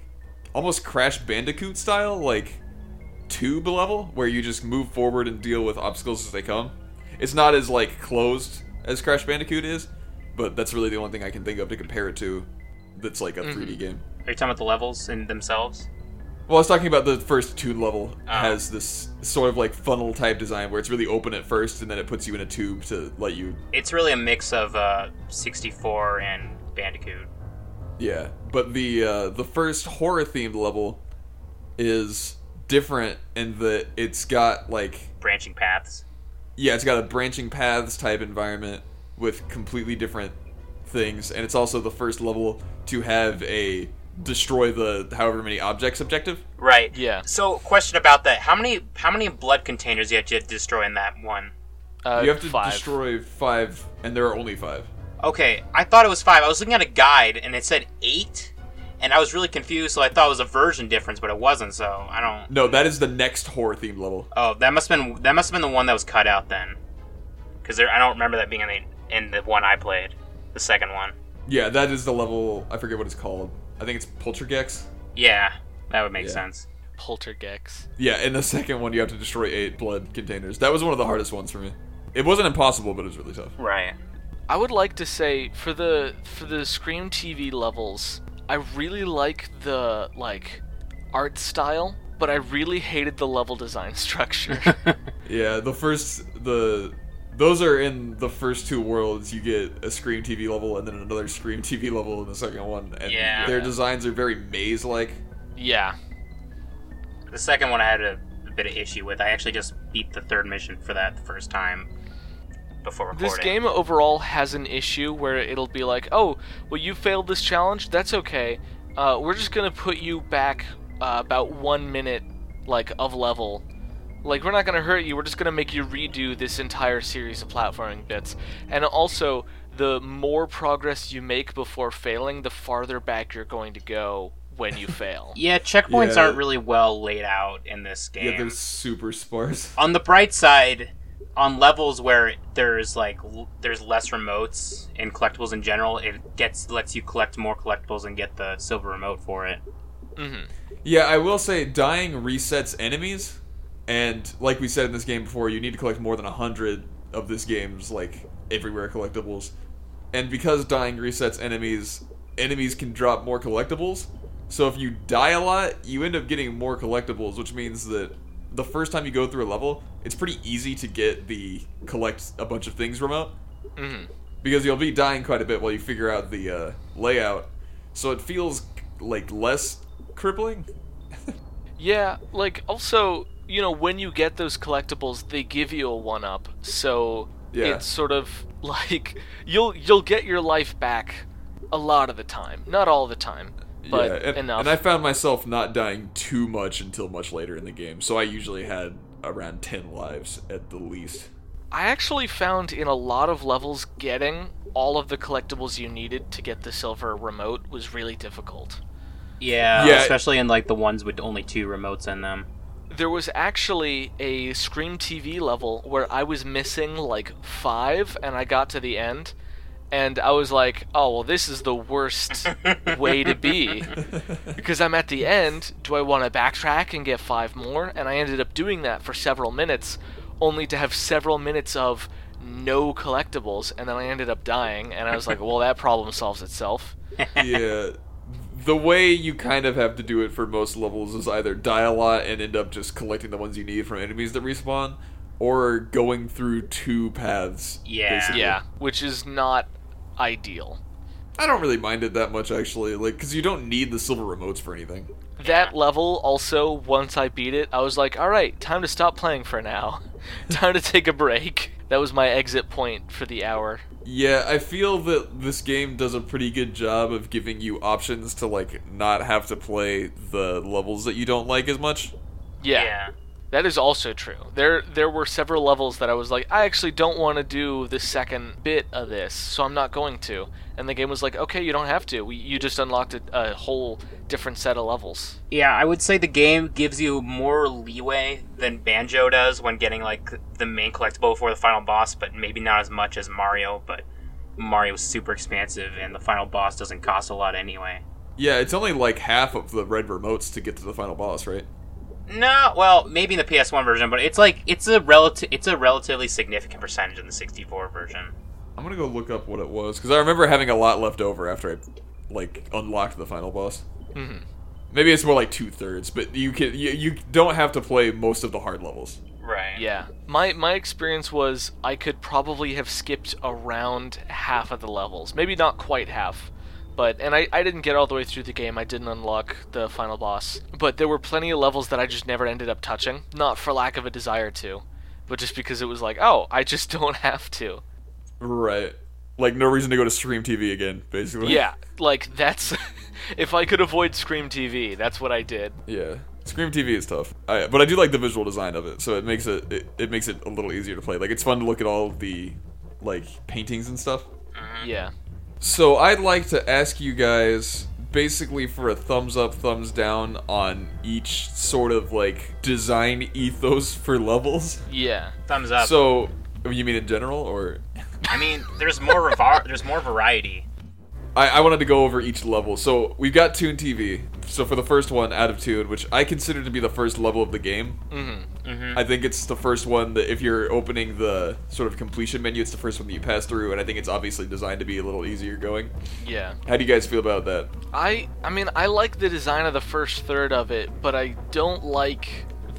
[SPEAKER 3] almost Crash Bandicoot style, like tube level where you just move forward and deal with obstacles as they come. It's not as like closed as Crash Bandicoot is, but that's really the only thing I can think of to compare it to. That's like a 3D game.
[SPEAKER 4] are you talking about the levels in themselves?
[SPEAKER 3] Well, I was talking about the first tune level has this sort of like funnel type design where it's really open at first and then it puts you in a tube to let you.
[SPEAKER 4] It's really a mix of uh, 64 and Bandicoot.
[SPEAKER 3] Yeah, but the uh, the first horror themed level is different in that it's got like
[SPEAKER 4] Branching paths.
[SPEAKER 3] yeah, it's got a branching paths type environment with completely different things, and it's also the first level to have a destroy the however many objects objective.
[SPEAKER 4] Right.
[SPEAKER 2] Yeah.
[SPEAKER 4] So, question about that: How many how many blood containers you had to destroy in that one?
[SPEAKER 2] Uh,
[SPEAKER 3] you have to
[SPEAKER 2] five.
[SPEAKER 3] destroy five, and there are only five.
[SPEAKER 4] Okay, I thought it was five. I was looking at a guide and it said eight, and I was really confused. So I thought it was a version difference, but it wasn't. So I don't.
[SPEAKER 3] No, that is the next horror themed level.
[SPEAKER 4] Oh, that must been that must have been the one that was cut out then, because I don't remember that being in the in the one I played, the second one.
[SPEAKER 3] Yeah, that is the level. I forget what it's called. I think it's Poltergex.
[SPEAKER 4] Yeah, that would make
[SPEAKER 3] Yeah.
[SPEAKER 4] sense.
[SPEAKER 2] Poltergex.
[SPEAKER 3] Yeah, in the second one, you have to destroy eight blood containers. That was one of the hardest ones for me. It wasn't impossible, but it was really tough.
[SPEAKER 4] Right.
[SPEAKER 2] I would like to say for the for the Scream TV levels, I really like the like art style, but I really hated the level design *laughs* structure.
[SPEAKER 3] *laughs* Yeah, the first the those are in the first two worlds. You get a Scream TV level and then another Scream TV level in the second one, and
[SPEAKER 4] Yeah.
[SPEAKER 3] their designs are very maze-like.
[SPEAKER 2] yeah.
[SPEAKER 4] The second one I had a, a bit of issue with. I actually just beat the third mission for that the first time before recording.
[SPEAKER 2] This game overall has an issue where it'll be like, oh, well, you failed this challenge. That's okay. Uh, we're just gonna put you back uh, about one minute, like of level. Like we're not gonna hurt you. We're just gonna make you redo this entire series of platforming bits. And also, the more progress you make before failing, the farther back you're going to go when you *laughs* fail.
[SPEAKER 4] Yeah, checkpoints
[SPEAKER 3] Yeah.
[SPEAKER 4] aren't really well laid out in this game.
[SPEAKER 3] Yeah, they're super sparse.
[SPEAKER 4] on the bright side, on levels where there's like l- there's less remotes and collectibles in general, it gets lets you collect more collectibles and get the silver remote for it.
[SPEAKER 3] Yeah, I will say dying resets enemies, and like we said in this game before, you need to collect more than hundred of this game's like everywhere collectibles, and because dying resets enemies, enemies can drop more collectibles. So if you die a lot, you end up getting more collectibles, which means that the first time you go through a level, it's pretty easy to get the collect a bunch of things remote because you'll be dying quite a bit while you figure out the uh, layout. So it feels like less crippling.
[SPEAKER 2] Yeah, like also, you know, when you get those collectibles, they give you a one up. So
[SPEAKER 3] Yeah.
[SPEAKER 2] it's sort of *laughs* like you'll you'll get your life back a lot of the time. Not all the time, but
[SPEAKER 3] yeah, and,
[SPEAKER 2] enough.
[SPEAKER 3] and I found myself not dying too much until much later in the game, so I usually had around ten lives at the least.
[SPEAKER 2] I actually found in a lot of levels getting all of the collectibles you needed to get the silver remote was really difficult.
[SPEAKER 4] Yeah,
[SPEAKER 3] Yeah.
[SPEAKER 4] especially in like the ones with only two remotes in them.
[SPEAKER 2] There was actually a Scream TV level where I was missing like five, and I got to the end, and I was like, oh, well, this is the worst way to be. Because I'm at the end, do I want to backtrack and get five more? And I ended up doing that for several minutes, only to have several minutes of no collectibles, and then I ended up dying, and I was like, well, that problem solves itself.
[SPEAKER 3] yeah. The way you kind of have to do it for most levels is either die a lot and end up just collecting the ones you need from enemies that respawn, or going through two paths.
[SPEAKER 4] Yeah.
[SPEAKER 3] basically.
[SPEAKER 2] Yeah, which is not ideal.
[SPEAKER 3] I don't really mind it that much actually, like because you don't need the silver remotes for anything.
[SPEAKER 2] That level also, once I beat it, I was like, all right, time to stop playing for now. *laughs* time to take a break. That was my exit point for the hour.
[SPEAKER 3] Yeah, I feel that this game does a pretty good job of giving you options to like not have to play the levels that you don't like as much.
[SPEAKER 2] Yeah,
[SPEAKER 4] Yeah.
[SPEAKER 2] that is also true. There, there were several levels that I was like, I actually don't want to do the second bit of this, so I'm not going to. And the game was like, okay, you don't have to. We, you just unlocked a, a whole different set of levels.
[SPEAKER 4] Yeah, I would say the game gives you more leeway than Banjo does when getting like the main collectible before the final boss, but maybe not as much as Mario, but Mario's super expansive and the final boss doesn't cost a lot anyway.
[SPEAKER 3] Yeah, it's only like half of the red remotes to get to the final boss, right?
[SPEAKER 4] No, well, maybe in the PS1 version, but it's like it's a relative it's a relatively significant percentage in the 64 version.
[SPEAKER 3] I'm gonna go look up what it was because I remember having a lot left over after I like unlocked the final boss. Maybe it's more like two thirds, but you can you, you don't have to play most of the hard levels.
[SPEAKER 4] Right.
[SPEAKER 2] Yeah. My my experience was I could probably have skipped around half of the levels. Maybe not quite half. But and I, I didn't get all the way through the game. I didn't unlock the final boss. But there were plenty of levels that I just never ended up touching. Not for lack of a desire to, but just because it was like, oh, I just *laughs* don't have to.
[SPEAKER 3] Right. Like no reason to go to Stream TV again, basically.
[SPEAKER 2] Yeah. Like that's *laughs* if I could avoid Scream TV, that's what I did.
[SPEAKER 3] Yeah. Scream TV is tough, I, but I do like the visual design of it, so it makes it, it it makes it a little easier to play. Like it's fun to look at all of the like paintings and stuff.
[SPEAKER 2] Yeah.
[SPEAKER 3] So I'd like to ask you guys basically for a thumbs up, thumbs down on each sort of like design ethos for levels.
[SPEAKER 2] Yeah.
[SPEAKER 4] Thumbs up.
[SPEAKER 3] So you mean in general, or
[SPEAKER 4] I mean, there's more revar- there's more variety.
[SPEAKER 3] I, I wanted to go over each level. So we've got Tune TV. So for the first one, out of tune, which I consider to be the first level of the game, I think it's the first one that if you're opening the sort of completion menu, it's the first one that you pass through, and I think it's obviously designed to be a little easier going.
[SPEAKER 2] Yeah.
[SPEAKER 3] How do you guys feel about that?
[SPEAKER 2] I I mean I like the design of the first third of it, but I don't like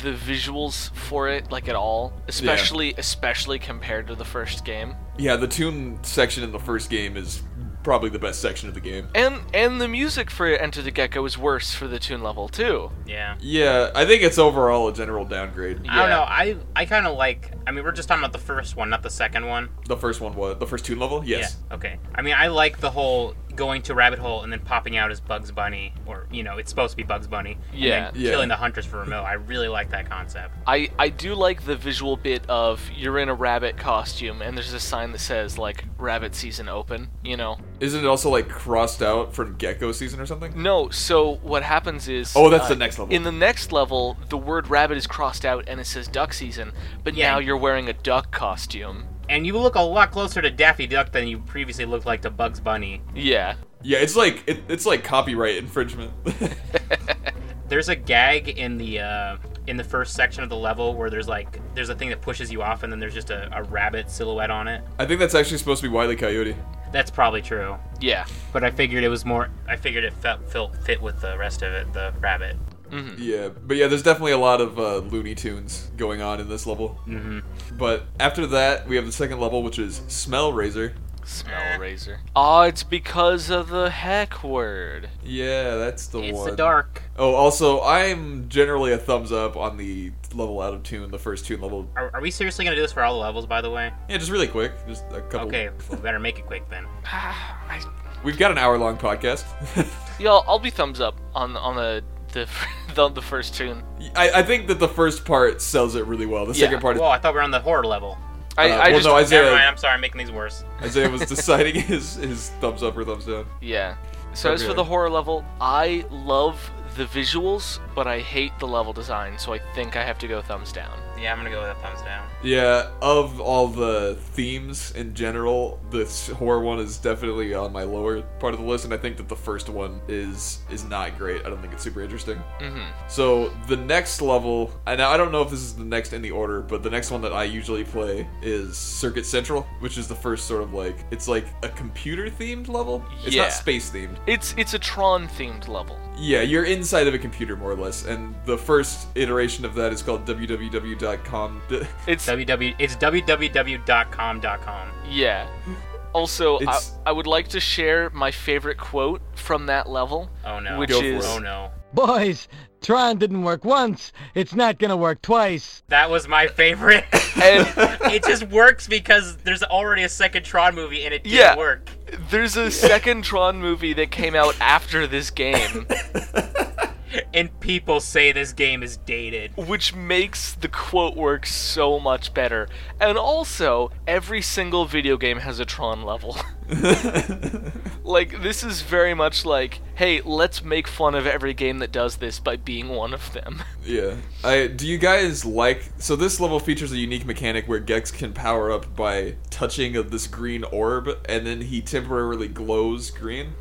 [SPEAKER 2] the visuals for it like at all, especially especially compared to the first game.
[SPEAKER 3] Yeah, the tune section in the first game is probably the best section of the game.
[SPEAKER 2] And and the music for Enter the Gecko is worse for the tune level too.
[SPEAKER 4] Yeah.
[SPEAKER 3] Yeah, I think it's overall a general downgrade.
[SPEAKER 4] I
[SPEAKER 2] Yeah.
[SPEAKER 4] don't know. I I kind of like. I mean, we're just talking about the first one, not the second one.
[SPEAKER 3] The first one was the first tune level. Yes.
[SPEAKER 4] Yeah. Okay. I mean, I like the whole going to a rabbit hole and then popping out as Bugs Bunny, or you know, it's supposed to be Bugs Bunny. and
[SPEAKER 2] Yeah.
[SPEAKER 4] then
[SPEAKER 3] Yeah.
[SPEAKER 4] Killing the hunters for a meal. I really like that concept.
[SPEAKER 2] I I do like the visual bit of you're in a rabbit costume and there's a sign that says like rabbit season open, you know.
[SPEAKER 3] Isn't it also like crossed out from Gecko season or something?
[SPEAKER 2] No, so what happens is uh,
[SPEAKER 3] Oh, that's the next level.
[SPEAKER 2] In the next level, the word rabbit is crossed out and it says duck season, but
[SPEAKER 4] Yeah.
[SPEAKER 2] now you're wearing a duck costume.
[SPEAKER 4] And you look a lot closer to Daffy Duck than you previously looked like to Bugs Bunny.
[SPEAKER 2] Yeah.
[SPEAKER 3] Yeah, it's like it, it's like copyright infringement. *laughs*
[SPEAKER 4] There's a gag in the uh, in the first section of the level where there's like there's a thing that pushes you off, and then there's just a, a rabbit silhouette on it.
[SPEAKER 3] I think that's actually supposed to be Wile E. Coyote.
[SPEAKER 4] That's probably true.
[SPEAKER 2] Yeah.
[SPEAKER 4] But I figured it was more. I figured it felt, felt fit with the rest of it, the rabbit.
[SPEAKER 3] Yeah, but yeah, there's definitely a lot of uh, Looney Tunes going on in this level. Mm-hmm. But after that, we have the second level, which is Smell Razor. Eh.
[SPEAKER 2] Smell razor. Ah, it's because of the heck word. *sighs*
[SPEAKER 3] Yeah, that's the
[SPEAKER 4] It's
[SPEAKER 3] one.
[SPEAKER 4] the dark.
[SPEAKER 3] Oh, also, I'm generally a thumbs up on the level out of tune, the first tune level.
[SPEAKER 4] Are, are we seriously gonna do this for all the levels? By the way.
[SPEAKER 3] Yeah, just really quick, just a couple.
[SPEAKER 4] Okay, we better make it quick then.
[SPEAKER 2] I,
[SPEAKER 3] We've got an hour long podcast. *laughs*
[SPEAKER 2] y'all, I'll be thumbs up on on the the *laughs* the, the first tune.
[SPEAKER 3] I, I think that the first part sells it really well. The
[SPEAKER 2] Yeah,
[SPEAKER 3] second part, is,
[SPEAKER 4] Whoa, I thought we were on the horror level.
[SPEAKER 2] I,
[SPEAKER 3] Uh,
[SPEAKER 2] I
[SPEAKER 3] well,
[SPEAKER 2] just
[SPEAKER 3] no, I- Isaiah-
[SPEAKER 4] Never mind, I'm sorry, I'm making these worse.
[SPEAKER 3] Isaiah was deciding *laughs* his, his thumbs up or thumbs down.
[SPEAKER 2] yeah. So as for
[SPEAKER 3] Okay.
[SPEAKER 2] the horror level, I love the visuals, but I hate the level design. So I think I have to go thumbs down.
[SPEAKER 4] Yeah, I'm gonna go with a thumbs down.
[SPEAKER 3] Yeah, of all the themes in general, this horror one is definitely on my lower part of the list, and I think that the first one is is not great. I don't think it's super interesting.
[SPEAKER 2] Mm-hmm.
[SPEAKER 3] So the next level, and I don't know if this is the next in the order, but the next one that I usually play is Circuit Central, which is the first sort of like it's like a computer themed level. It's
[SPEAKER 2] Yeah.
[SPEAKER 3] not space themed.
[SPEAKER 2] It's it's a Tron themed level.
[SPEAKER 3] Yeah, you're inside of a computer more or less, and the first iteration of that is called www.com.
[SPEAKER 2] It's
[SPEAKER 4] WW, it's www.com.com.
[SPEAKER 2] yeah. Also, I,
[SPEAKER 3] It's-
[SPEAKER 2] I would like to share my favorite quote from that level.
[SPEAKER 4] Oh no.
[SPEAKER 2] Which
[SPEAKER 3] Go for
[SPEAKER 2] is
[SPEAKER 3] it.
[SPEAKER 4] Oh no.
[SPEAKER 5] Boys, Tron didn't work once. It's not gonna work twice.
[SPEAKER 4] That was my favorite. *laughs*
[SPEAKER 3] *laughs*
[SPEAKER 2] and
[SPEAKER 4] it just works because there's already a second Tron movie and it didn't
[SPEAKER 2] Yeah.
[SPEAKER 4] work.
[SPEAKER 2] There's a second Tron movie that came out after this game,
[SPEAKER 4] And people say this game is dated.
[SPEAKER 2] which makes the quote work so much better. And also, every single video game has a Tron level. *laughs*
[SPEAKER 3] *laughs*
[SPEAKER 2] like, this is very much like, hey, let's make fun of every game that does this by being one of them.
[SPEAKER 3] Yeah. I do you guys like so this level features a unique mechanic where Gex can power up by touching of this green orb and then he temporarily glows green.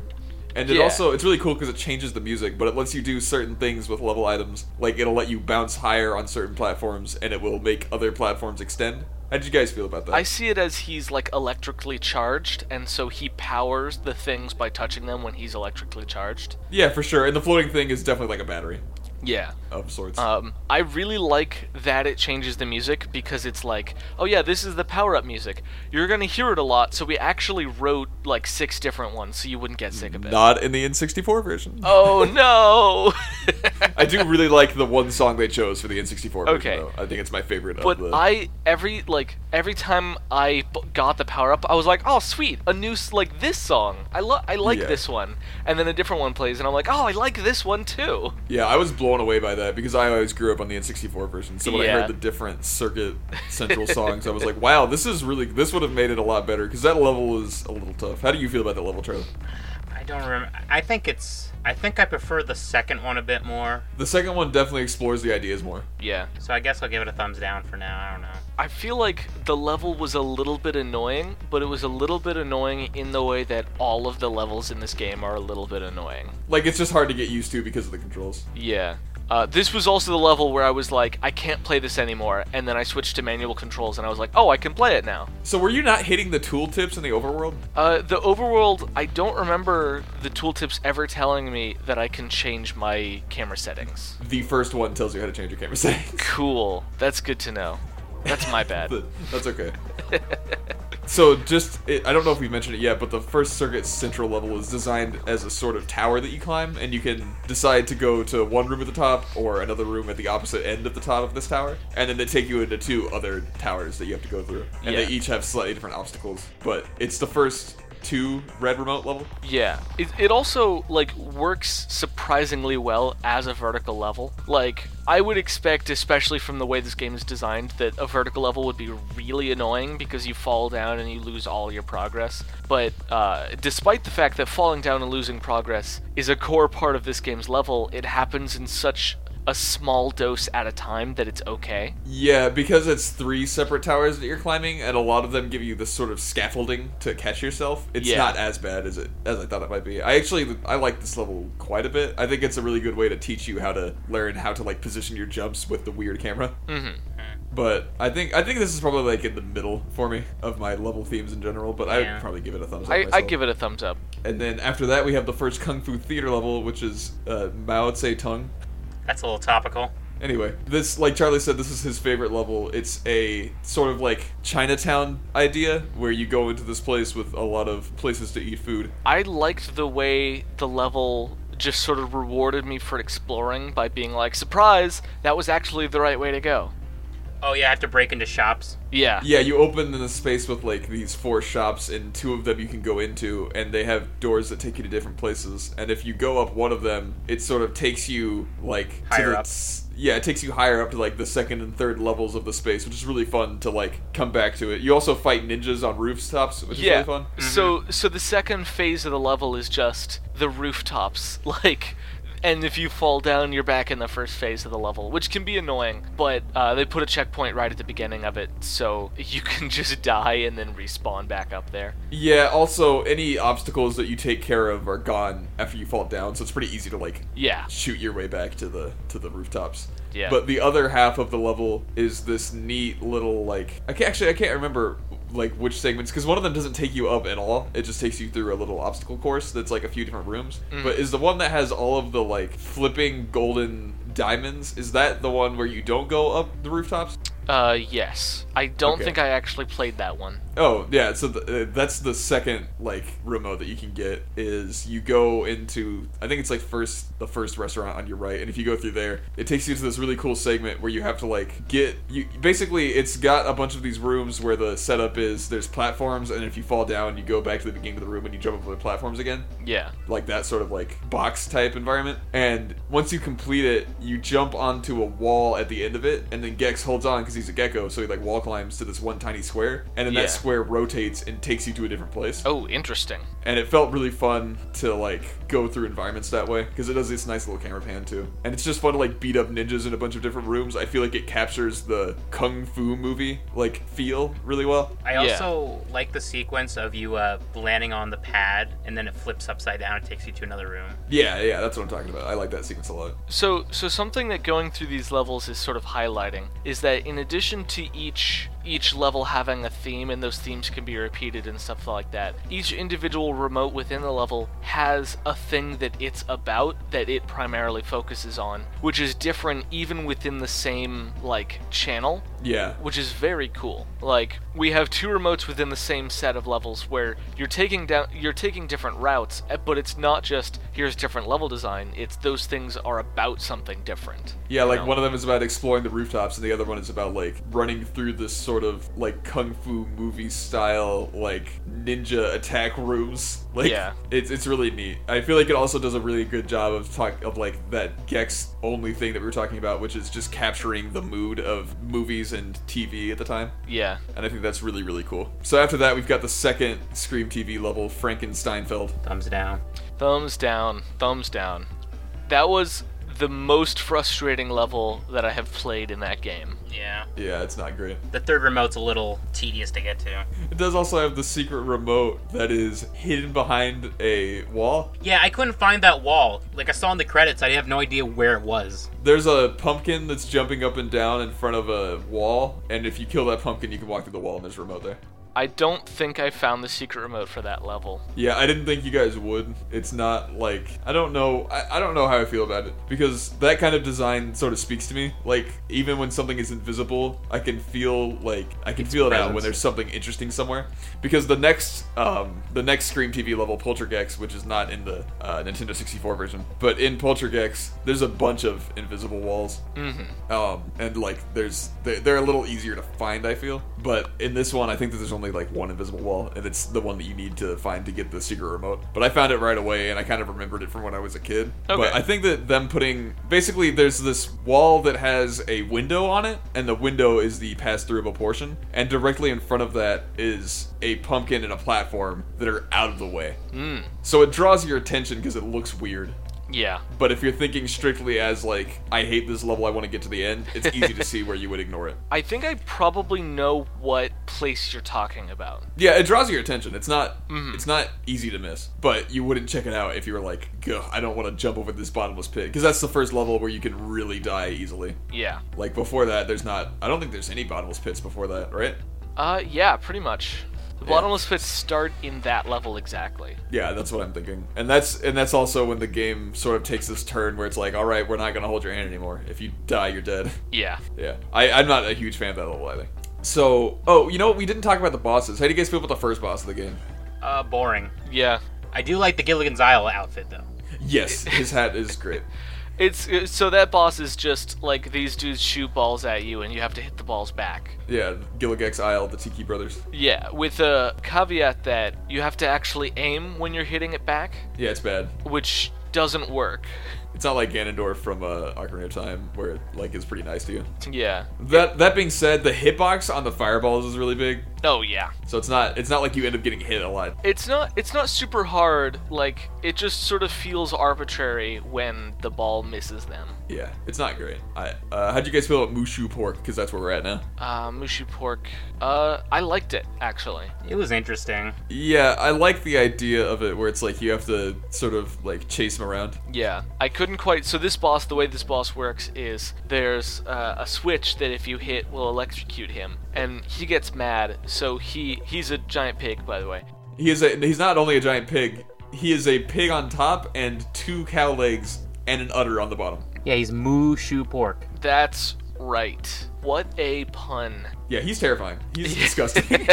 [SPEAKER 3] And it
[SPEAKER 2] Yeah.
[SPEAKER 3] also it's really cool because it changes the music, but it lets you do certain things with level items. Like it'll let you bounce higher on certain platforms and it will make other platforms extend. How did you guys feel about that?
[SPEAKER 2] I see it as he's like electrically charged, and so he powers the things by touching them when he's electrically charged.
[SPEAKER 3] yeah, for sure. And the floating thing is definitely like a battery
[SPEAKER 2] Yeah.
[SPEAKER 3] of sorts.
[SPEAKER 2] Um, I really like that it changes the music because it's like, oh yeah, this is the power up music. You're gonna hear it a lot, so we actually wrote like six different ones, so you wouldn't get sick of it.
[SPEAKER 3] Not in the N64 version.
[SPEAKER 2] *laughs* Oh
[SPEAKER 3] *laughs*
[SPEAKER 2] no!
[SPEAKER 3] I do really like the one song they chose for the N64 version.
[SPEAKER 2] Okay.
[SPEAKER 3] Though. I think it's my favorite.
[SPEAKER 2] But
[SPEAKER 3] of the...
[SPEAKER 2] I every like every time I b- got the power up, I was like, "Oh, sweet, a new s- like this song. I love I like
[SPEAKER 3] Yeah.
[SPEAKER 2] this one." And then a different one plays, and I'm like, "Oh, I like this one too."
[SPEAKER 3] Yeah, I was blown away by that because I always grew up on the N64 version. So when I
[SPEAKER 2] Yeah.
[SPEAKER 3] heard the different circuit central songs, I was like, "Wow, this is really this would have made it a lot better." Because that level was a little tough. How do you feel about that level, Charlie?
[SPEAKER 4] I don't remember. I think it's. I think I prefer the second one a bit more.
[SPEAKER 3] The second one definitely explores the ideas more.
[SPEAKER 2] Yeah,
[SPEAKER 4] So I guess I'll give it a thumbs down for now. I don't know.
[SPEAKER 2] I feel like the level was a little bit annoying, but it was a little bit annoying in the way that all of the levels in this game are a little bit annoying.
[SPEAKER 3] Like it's just hard to get used to because of the controls.
[SPEAKER 2] Yeah. Uh, this was also the level where I was like, I can't play this anymore, and then I switched to manual controls, and I was like, oh, I can play it now.
[SPEAKER 3] So were you not hitting the tooltips in the overworld?
[SPEAKER 2] Uh, the overworld, I don't remember the tooltips ever telling me that I can change my camera settings.
[SPEAKER 3] The first one tells you how to change your camera settings.
[SPEAKER 2] Cool. That's good to know. That's my bad.
[SPEAKER 3] But *laughs* That's okay. so just it, I don't know if we mentioned it yet, but the first circuit central level is designed as a sort of tower that you climb, and you can decide to go to one room at the top or another room at the opposite end of the top of this tower, and then they take you into two other towers that you have to go through, and they
[SPEAKER 2] Yeah.
[SPEAKER 3] each have slightly different obstacles. But it's the first two red remote level.
[SPEAKER 2] Yeah. It, it also, like, works surprisingly well as a vertical level. Like, I would expect, especially from the way this game is designed, that a vertical level would be really annoying because you fall down and you lose all your progress. But uh, despite the fact that falling down and losing progress is a core part of this game's level, it happens in such a small dose at a time that it's okay.
[SPEAKER 3] Yeah, because it's three separate towers that you're climbing, and a lot of them give you this sort of scaffolding to catch yourself. It's
[SPEAKER 2] Yeah.
[SPEAKER 3] not as bad as it as I thought it might be. I actually I like this level quite a bit. I think it's a really good way to teach you how to learn how to like position your jumps with the weird camera. Mm-hmm. But I think I think this is probably like in the middle for me of my level themes in general. But I
[SPEAKER 4] Yeah.
[SPEAKER 3] would probably give it a thumbs up.
[SPEAKER 2] I, I
[SPEAKER 3] myself.
[SPEAKER 2] give it a thumbs up.
[SPEAKER 3] And then after that, we have the first Kung Fu Theater level, which is uh, Mao Zedong.
[SPEAKER 4] That's a little topical.
[SPEAKER 3] Anyway, this, like Charlie said, this is his favorite level. It's a sort of like Chinatown idea where you go into this place with a lot of places to eat food.
[SPEAKER 2] I liked the way the level just sort of rewarded me for exploring by being like, surprise, that was actually the right way to go.
[SPEAKER 4] Oh yeah, I have to break into shops.
[SPEAKER 2] Yeah.
[SPEAKER 3] Yeah, you open in a space with like these four shops, and two of them you can go into, and they have doors that take you to different places. And if you go up one of them, it sort of takes you like
[SPEAKER 4] Higher
[SPEAKER 3] to the,
[SPEAKER 4] up.
[SPEAKER 3] Yeah, it takes you higher up to like the second and third levels of the space, which is really fun to like come back to it. You also fight ninjas on rooftops, which
[SPEAKER 2] Yeah.
[SPEAKER 3] is really fun. Mm-hmm.
[SPEAKER 2] So so the second phase of the level is just the rooftops. *laughs* Like and if you fall down, you're back in the first phase of the level, which can be annoying, but uh, they put a checkpoint right at the beginning of it, so *laughs* you can just die and then respawn back up there.
[SPEAKER 3] Yeah, also any obstacles that you take care of are gone after you fall down, so it's pretty easy to like
[SPEAKER 2] Yeah.
[SPEAKER 3] shoot your way back to the to the rooftops.
[SPEAKER 2] Yeah.
[SPEAKER 3] But the other half of the level is this neat little like I can actually I can't remember like which segments because one of them doesn't take you up at all. It just takes you through a little obstacle course that's like a few different rooms.
[SPEAKER 2] Mm.
[SPEAKER 3] But is the one that has all of the like flipping golden diamonds? Is that the one where you don't go up the rooftops?
[SPEAKER 2] Uh yes. I don't
[SPEAKER 3] Okay.
[SPEAKER 2] think I actually played that one.
[SPEAKER 3] Oh yeah, so th- uh, that's the second like remote that you can get is you go into I think it's like first the first restaurant on your right, and if you go through there, it takes you to this really cool segment where you have to like get you basically it's got a bunch of these rooms where the setup is there's platforms, and if you fall down, you go back to the beginning of the room and you jump up on the platforms again
[SPEAKER 2] Yeah.
[SPEAKER 3] like that sort of like box type environment. And once you complete it, you jump onto a wall at the end of it, and then Gex holds on because he's a gecko, so he like wall climbs to this one tiny square, and then
[SPEAKER 2] Yeah.
[SPEAKER 3] that square rotates and takes you to a different place.
[SPEAKER 2] Oh, interesting.
[SPEAKER 3] And it felt really fun to like go through environments that way because it does this nice little camera pan too, and it's just fun to like beat up ninjas in a bunch of different rooms. I feel like it captures the kung fu movie like feel really well.
[SPEAKER 4] I
[SPEAKER 2] Yeah.
[SPEAKER 4] also like the sequence of you uh, landing on the pad and then it flips upside down and takes you to another room.
[SPEAKER 3] Yeah, yeah, that's what I'm talking about. I like that sequence a lot.
[SPEAKER 2] So, so something that going through these levels is sort of highlighting is that in addition to each each level having a theme and those themes can be repeated and stuff like that. Each individual remote within the level has a thing that it's about that it primarily focuses on, which is different even within the same like channel
[SPEAKER 3] Yeah.
[SPEAKER 2] which is very cool. Like we have two remotes within the same set of levels where you're taking down you're taking different routes, eh, but it's not just here's different level design. It's those things are about something different.
[SPEAKER 3] Yeah,
[SPEAKER 2] you
[SPEAKER 3] like
[SPEAKER 2] know?
[SPEAKER 3] one of them is about exploring the rooftops, and the other one is about like running through this sort of like kung fu movie style like ninja attack rooms. *laughs* Like,
[SPEAKER 2] Yeah.
[SPEAKER 3] it's it's really neat. I feel like it also does a really good job of talk of like that Gex only thing that we were talking about, which is just capturing the mood of movies and TV at the time.
[SPEAKER 2] yeah.
[SPEAKER 3] And I think that's really really cool. So after that, we've got the second Scream TV level, Frankensteinfeld.
[SPEAKER 4] Thumbs down.
[SPEAKER 2] Thumbs down, thumbs down. That was the most frustrating level that I have played in that game.
[SPEAKER 4] Yeah.
[SPEAKER 3] Yeah, it's not great.
[SPEAKER 4] The third remote's a little tedious to get to.
[SPEAKER 3] It does also have the secret remote that is hidden behind a wall.
[SPEAKER 4] Yeah, I couldn't find that wall. Like I saw in the credits, I have no idea where it was.
[SPEAKER 3] There's a pumpkin that's jumping up and down in front of a wall, and if you kill that pumpkin, you can walk through the wall and there's a remote there.
[SPEAKER 2] I don't think I found the secret remote for that level.
[SPEAKER 3] Yeah, I didn't think you guys would. It's not like I don't know. I, I don't know how I feel about it because that kind of design sort of speaks to me. Like even when something is invisible, I can feel like I can feel it out when
[SPEAKER 4] presence.
[SPEAKER 3] there's something interesting somewhere. Because the next um, the next Scream TV level Poltergeist, which is not in the uh, Nintendo 64 version, but in Poltergeist, there's a bunch of invisible walls. Mm-hmm. Um, and like there's they're, they're a little easier to find. I feel, but in this one, I think that there's only like one invisible wall, and it's the one that you need to find to get the secret remote. But I found it right away, and I kind of remembered it from when I was a kid.
[SPEAKER 2] Okay.
[SPEAKER 3] But I think that them putting basically there's this wall that has a window on it, and the window is the pass through of a portion, and directly in front of that is a pumpkin and a platform that are out of the way. So it draws your attention because it looks weird.
[SPEAKER 2] Yeah.
[SPEAKER 3] But if you're thinking strictly as like, I hate this level, I want to get to the end, it's easy to see where you would ignore it.
[SPEAKER 2] I think I probably know what place you're talking about.
[SPEAKER 3] Yeah, it draws your attention. It's not it's not easy to miss, but you wouldn't check it out if you were like, "Gah, I don't want to jump over this bottomless pit," because that's the first level where you can really die easily.
[SPEAKER 2] Yeah.
[SPEAKER 3] Like before that, there's not. I don't think there's any bottomless pits before that, right?
[SPEAKER 2] Uh, yeah, pretty much. The bottomless pits start in that level exactly.
[SPEAKER 3] Yeah, that's what I'm thinking. And that's and that's also when the game sort of takes this turn where it's like, "All right, we're not gonna hold your hand anymore. If you die, you're dead." *laughs*
[SPEAKER 2] Yeah.
[SPEAKER 3] Yeah, I, I'm not a huge fan of that level either. So, oh, you know what? We didn't talk about the bosses. How do you guys feel about the first boss of the game?
[SPEAKER 4] Uh, boring.
[SPEAKER 2] Yeah.
[SPEAKER 4] I do like the Gilligan's Isle outfit though.
[SPEAKER 3] Yes, *laughs* his hat is great.
[SPEAKER 2] It's uh, so that boss is just like these dudes shoot balls at you and you have to hit the balls back.
[SPEAKER 3] Yeah, Gilligex Isle, the Tiki Brothers.
[SPEAKER 2] Yeah, with a caveat that you have to actually aim when you're hitting it back,
[SPEAKER 3] Yeah, it's bad.
[SPEAKER 2] which doesn't work.
[SPEAKER 3] It's not like Ganondorf from uh, Ocarina of Time, where it like is pretty nice to you.
[SPEAKER 2] Yeah.
[SPEAKER 3] That that being said, the hitbox on the fireballs is really big,
[SPEAKER 2] Oh yeah.
[SPEAKER 3] so it's not it's not like you end up getting hit a lot.
[SPEAKER 2] It's not it's not super hard, like it just sort of feels arbitrary when the ball misses them.
[SPEAKER 3] Yeah, it's not great. I, uh, how'd you guys feel about Mushu Pork? Because that's where we're at now.
[SPEAKER 2] Uh, Mushu Pork. Uh, I liked it actually.
[SPEAKER 4] It was interesting.
[SPEAKER 3] Yeah, I like the idea of it, where it's like you have to sort of like chase him around.
[SPEAKER 2] Yeah, I couldn't quite. So this boss, the way this boss works is there's uh, a switch that if you hit will electrocute him, and he gets mad. So he he's a giant pig, by the way.
[SPEAKER 3] He is a, he's not only a giant pig, he is a pig on top and two cow legs and an udder on the bottom.
[SPEAKER 4] Yeah, he's moo shoe pork.
[SPEAKER 2] That's right. What a pun.
[SPEAKER 3] Yeah, he's terrifying. He's disgusting.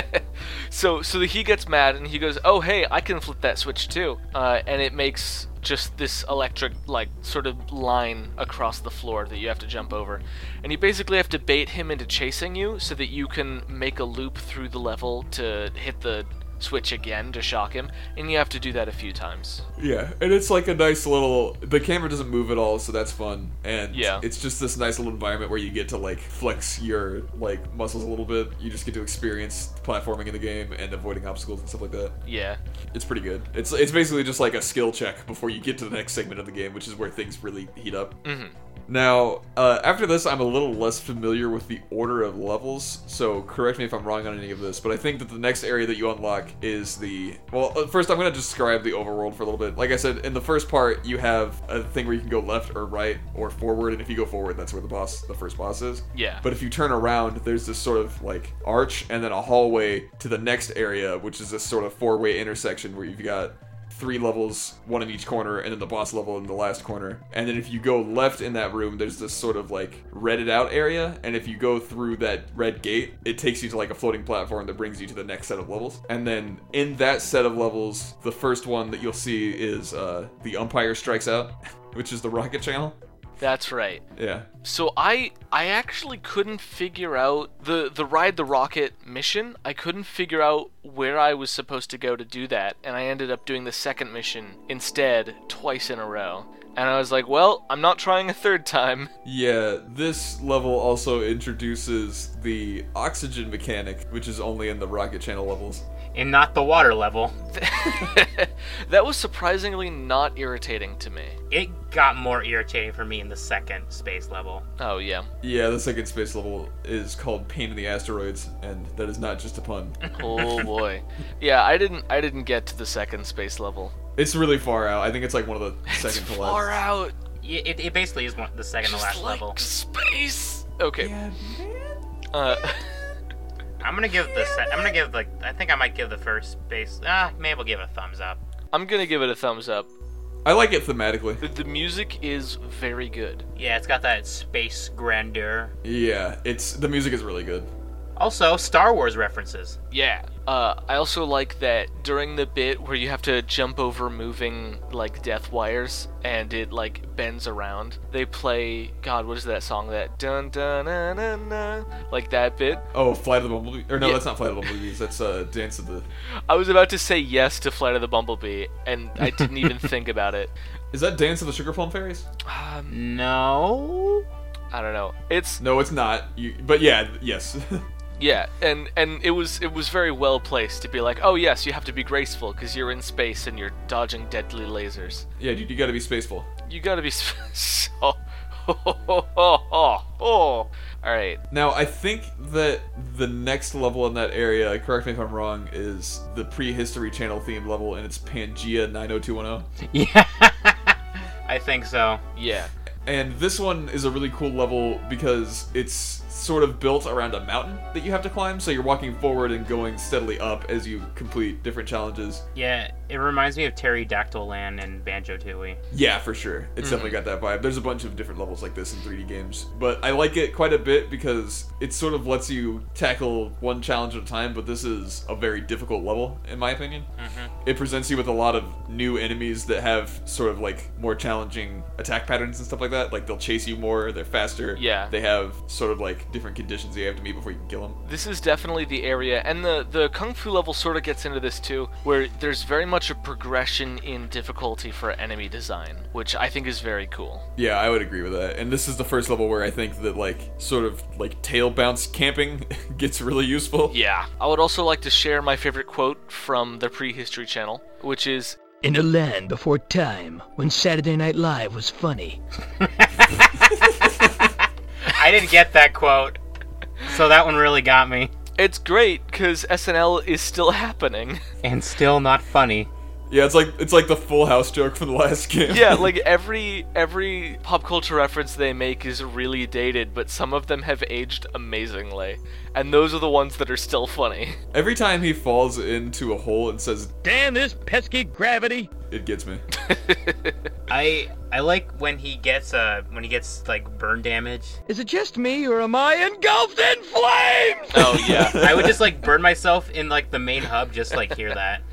[SPEAKER 2] So so he gets mad and he goes, oh hey, I can flip that switch too, uh, and it makes just this electric like sort of line across the floor that you have to jump over, and you basically have to bait him into chasing you so that you can make a loop through the level to hit the switch again to shock him, and you have to do that a few times.
[SPEAKER 3] yeah, and it's like a nice little. The camera doesn't move at all, so that's fun. And
[SPEAKER 2] Yeah.
[SPEAKER 3] it's just this nice little environment where you get to like flex your like muscles a little bit. You just get to experience platforming in the game and avoiding obstacles and stuff like that.
[SPEAKER 2] Yeah.
[SPEAKER 3] It's pretty good. It's it's basically just like a skill check before you get to the next segment of the game, which is where things really heat up. Mm-hmm. Now, uh, after this, I'm a little less familiar with the order of levels, so correct me if I'm wrong on any of this, but I think that the next area that you unlock is the. Well, uh, first, I'm going to describe the overworld for a little bit. Like I said, in the first part, you have a thing where you can go left or right or forward, and if you go forward, that's where the boss, the first boss is.
[SPEAKER 2] Yeah.
[SPEAKER 3] But if you turn around, there's this sort of like arch and then a hallway to the next area, which is this sort of four way intersection where you've got three levels, one in each corner, and then the boss level in the last corner. And then if you go left in that room, there's this sort of like redded out area. And if you go through that red gate, it takes you to like a floating platform that brings you to the next set of levels. And then in that set of levels, the first one that you'll see is uh, the umpire strikes out, *laughs* which is the rocket channel.
[SPEAKER 2] That's right.
[SPEAKER 3] Yeah.
[SPEAKER 2] So I I actually couldn't figure out the the ride the rocket mission. I couldn't figure out where I was supposed to go to do that, and I ended up doing the second mission instead twice in a row. And I was like, well, I'm not trying a third time. *laughs*
[SPEAKER 3] Yeah, this level also introduces the oxygen mechanic, which is only in the rocket channel levels.
[SPEAKER 4] and not the water level.
[SPEAKER 2] that was surprisingly not irritating to me.
[SPEAKER 4] It got more irritating for me in the second space level.
[SPEAKER 2] Oh yeah,
[SPEAKER 3] Yeah, the second space level is called Pain in the Asteroids, and that is not just
[SPEAKER 2] *laughs*
[SPEAKER 3] a pun.
[SPEAKER 2] oh boy, yeah. I didn't I didn't get to the second space level.
[SPEAKER 3] It's really far out. I think it's like one of the
[SPEAKER 2] *laughs* It's
[SPEAKER 3] second to last.
[SPEAKER 2] far out.
[SPEAKER 4] Yeah, It, it basically is one, the second to
[SPEAKER 2] Just
[SPEAKER 4] last
[SPEAKER 2] like
[SPEAKER 4] level.
[SPEAKER 2] space. Okay. Uh. *laughs*
[SPEAKER 4] I'm gonna give the se- I'm gonna give like I think I might give the first space. Ah, maybe we'll give it a thumbs up.
[SPEAKER 2] I'm gonna give it a thumbs up.
[SPEAKER 3] I like it thematically.
[SPEAKER 2] The, the music is very good.
[SPEAKER 4] Yeah, it's got that space grandeur.
[SPEAKER 3] Yeah, it's the music is really good.
[SPEAKER 4] Also, Star Wars references.
[SPEAKER 2] Yeah. Uh, I also like that during the bit where you have to jump over moving like death wires and it like bends around, they play God, what is that song? That dun dun na na na, like that bit.
[SPEAKER 3] Oh, Flight of the Bumblebee? Or no,
[SPEAKER 2] Yeah.
[SPEAKER 3] that's not Flight of the Bumblebees. That's uh, Dance of the.
[SPEAKER 2] I was about to say yes to Flight of the Bumblebee, and I didn't even think about it.
[SPEAKER 3] Is that Dance of the Sugar Plum Fairies?
[SPEAKER 2] Um,
[SPEAKER 4] No.
[SPEAKER 2] I don't know. It's
[SPEAKER 3] No, it's not. You, but yeah, yes. *laughs*
[SPEAKER 2] Yeah, and and it was it was very well placed to be like, oh yes, you have to be graceful because you're in space and you're dodging deadly lasers.
[SPEAKER 3] yeah, dude, you gotta be spaceful.
[SPEAKER 2] You gotta be *laughs* s- so. All right.
[SPEAKER 3] Now, I think that the next level in that area, correct me if I'm wrong, is the prehistory channel theme level, and it's Pangea 90210.
[SPEAKER 4] Yeah. I think so.
[SPEAKER 2] Yeah.
[SPEAKER 3] And this one is a really cool level because it's sort of built around a mountain that you have to climb, so you're walking forward and going steadily up as you complete different challenges.
[SPEAKER 4] Yeah, it reminds me of Pterodactyl Land and Banjo Tooie.
[SPEAKER 3] Yeah, for sure.
[SPEAKER 2] Mm-hmm.
[SPEAKER 3] It's definitely got that vibe. There's a bunch of different levels like this in 3D games, but I like it quite a bit because it sort of lets you tackle one challenge at a time, but this is a very difficult level, in my opinion.
[SPEAKER 2] Mm-hmm.
[SPEAKER 3] It presents you with a lot of new enemies that have sort of like more challenging attack patterns and stuff like that. Like they'll chase you more, they're faster.
[SPEAKER 2] Yeah.
[SPEAKER 3] They have sort of like different conditions that you have to meet before you can kill them.
[SPEAKER 2] This is definitely the area, and the the kung fu level sort of gets into this too, where there's very much a progression in difficulty for enemy design, which I think is very cool.
[SPEAKER 3] Yeah, I would agree with that. And this is the first level where I think that like sort of like tail bounce camping *laughs* gets really useful.
[SPEAKER 2] Yeah. I would also like to share my favorite quote from the Prehistory Channel, which is
[SPEAKER 1] In a land before time, when Saturday Night Live was funny,
[SPEAKER 4] I didn't get that *laughs* quote, so that one really got me.
[SPEAKER 2] It's great because SNL is still *laughs* happening.
[SPEAKER 4] And still not funny.
[SPEAKER 3] Yeah, it's like it's like the Full House joke from the last game.
[SPEAKER 2] yeah, like every every pop culture reference they make is really dated, but some of them have aged amazingly, and those are the ones that are still funny.
[SPEAKER 3] *laughs* Every time he falls into a hole and says,
[SPEAKER 5] Damn this pesky gravity!
[SPEAKER 3] "It gets me."
[SPEAKER 4] I I like when he gets uh when he gets like burn damage.
[SPEAKER 5] Is it just me or am I engulfed in flames?
[SPEAKER 2] Oh yeah,
[SPEAKER 4] I would just like burn myself in like the main hub just to, like hear that.
[SPEAKER 2] *laughs*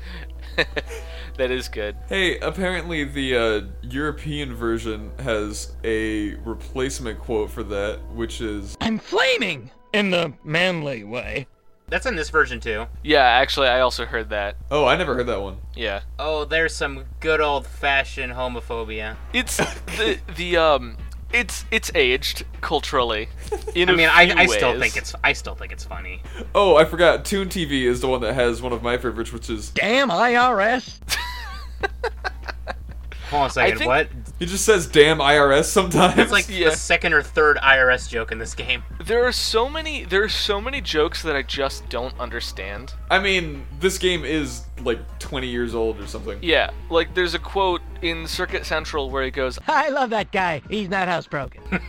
[SPEAKER 2] that is good.
[SPEAKER 3] hey, apparently the uh, European version has a replacement quote for that, which is,
[SPEAKER 5] I'm flaming! In the manly way.
[SPEAKER 4] That's in this version too.
[SPEAKER 2] Yeah, actually, I also heard that.
[SPEAKER 3] "Oh, I never heard that one."
[SPEAKER 2] Yeah,
[SPEAKER 4] Oh, there's some good old fashioned homophobia.
[SPEAKER 2] it's the the um, it's it's aged culturally. In
[SPEAKER 4] I
[SPEAKER 2] a
[SPEAKER 4] mean, I,
[SPEAKER 2] few
[SPEAKER 4] I still
[SPEAKER 2] ways.
[SPEAKER 4] think it's I still think it's funny.
[SPEAKER 3] Oh, I forgot. Toon TV is the one that has one of my favorites, which is,
[SPEAKER 5] Damn IRS!
[SPEAKER 4] Hold on a second.
[SPEAKER 2] think-
[SPEAKER 4] What?
[SPEAKER 3] He just says "damn IRS" sometimes.
[SPEAKER 4] It's like
[SPEAKER 2] Yeah.
[SPEAKER 4] the second or third IRS joke in this game.
[SPEAKER 2] There are so many there are so many jokes that I just don't understand.
[SPEAKER 3] *laughs* I mean, this game is like 20 years old or something.
[SPEAKER 2] Yeah, like there's a quote in Circuit Central where he goes,
[SPEAKER 5] I love that guy. He's not housebroken.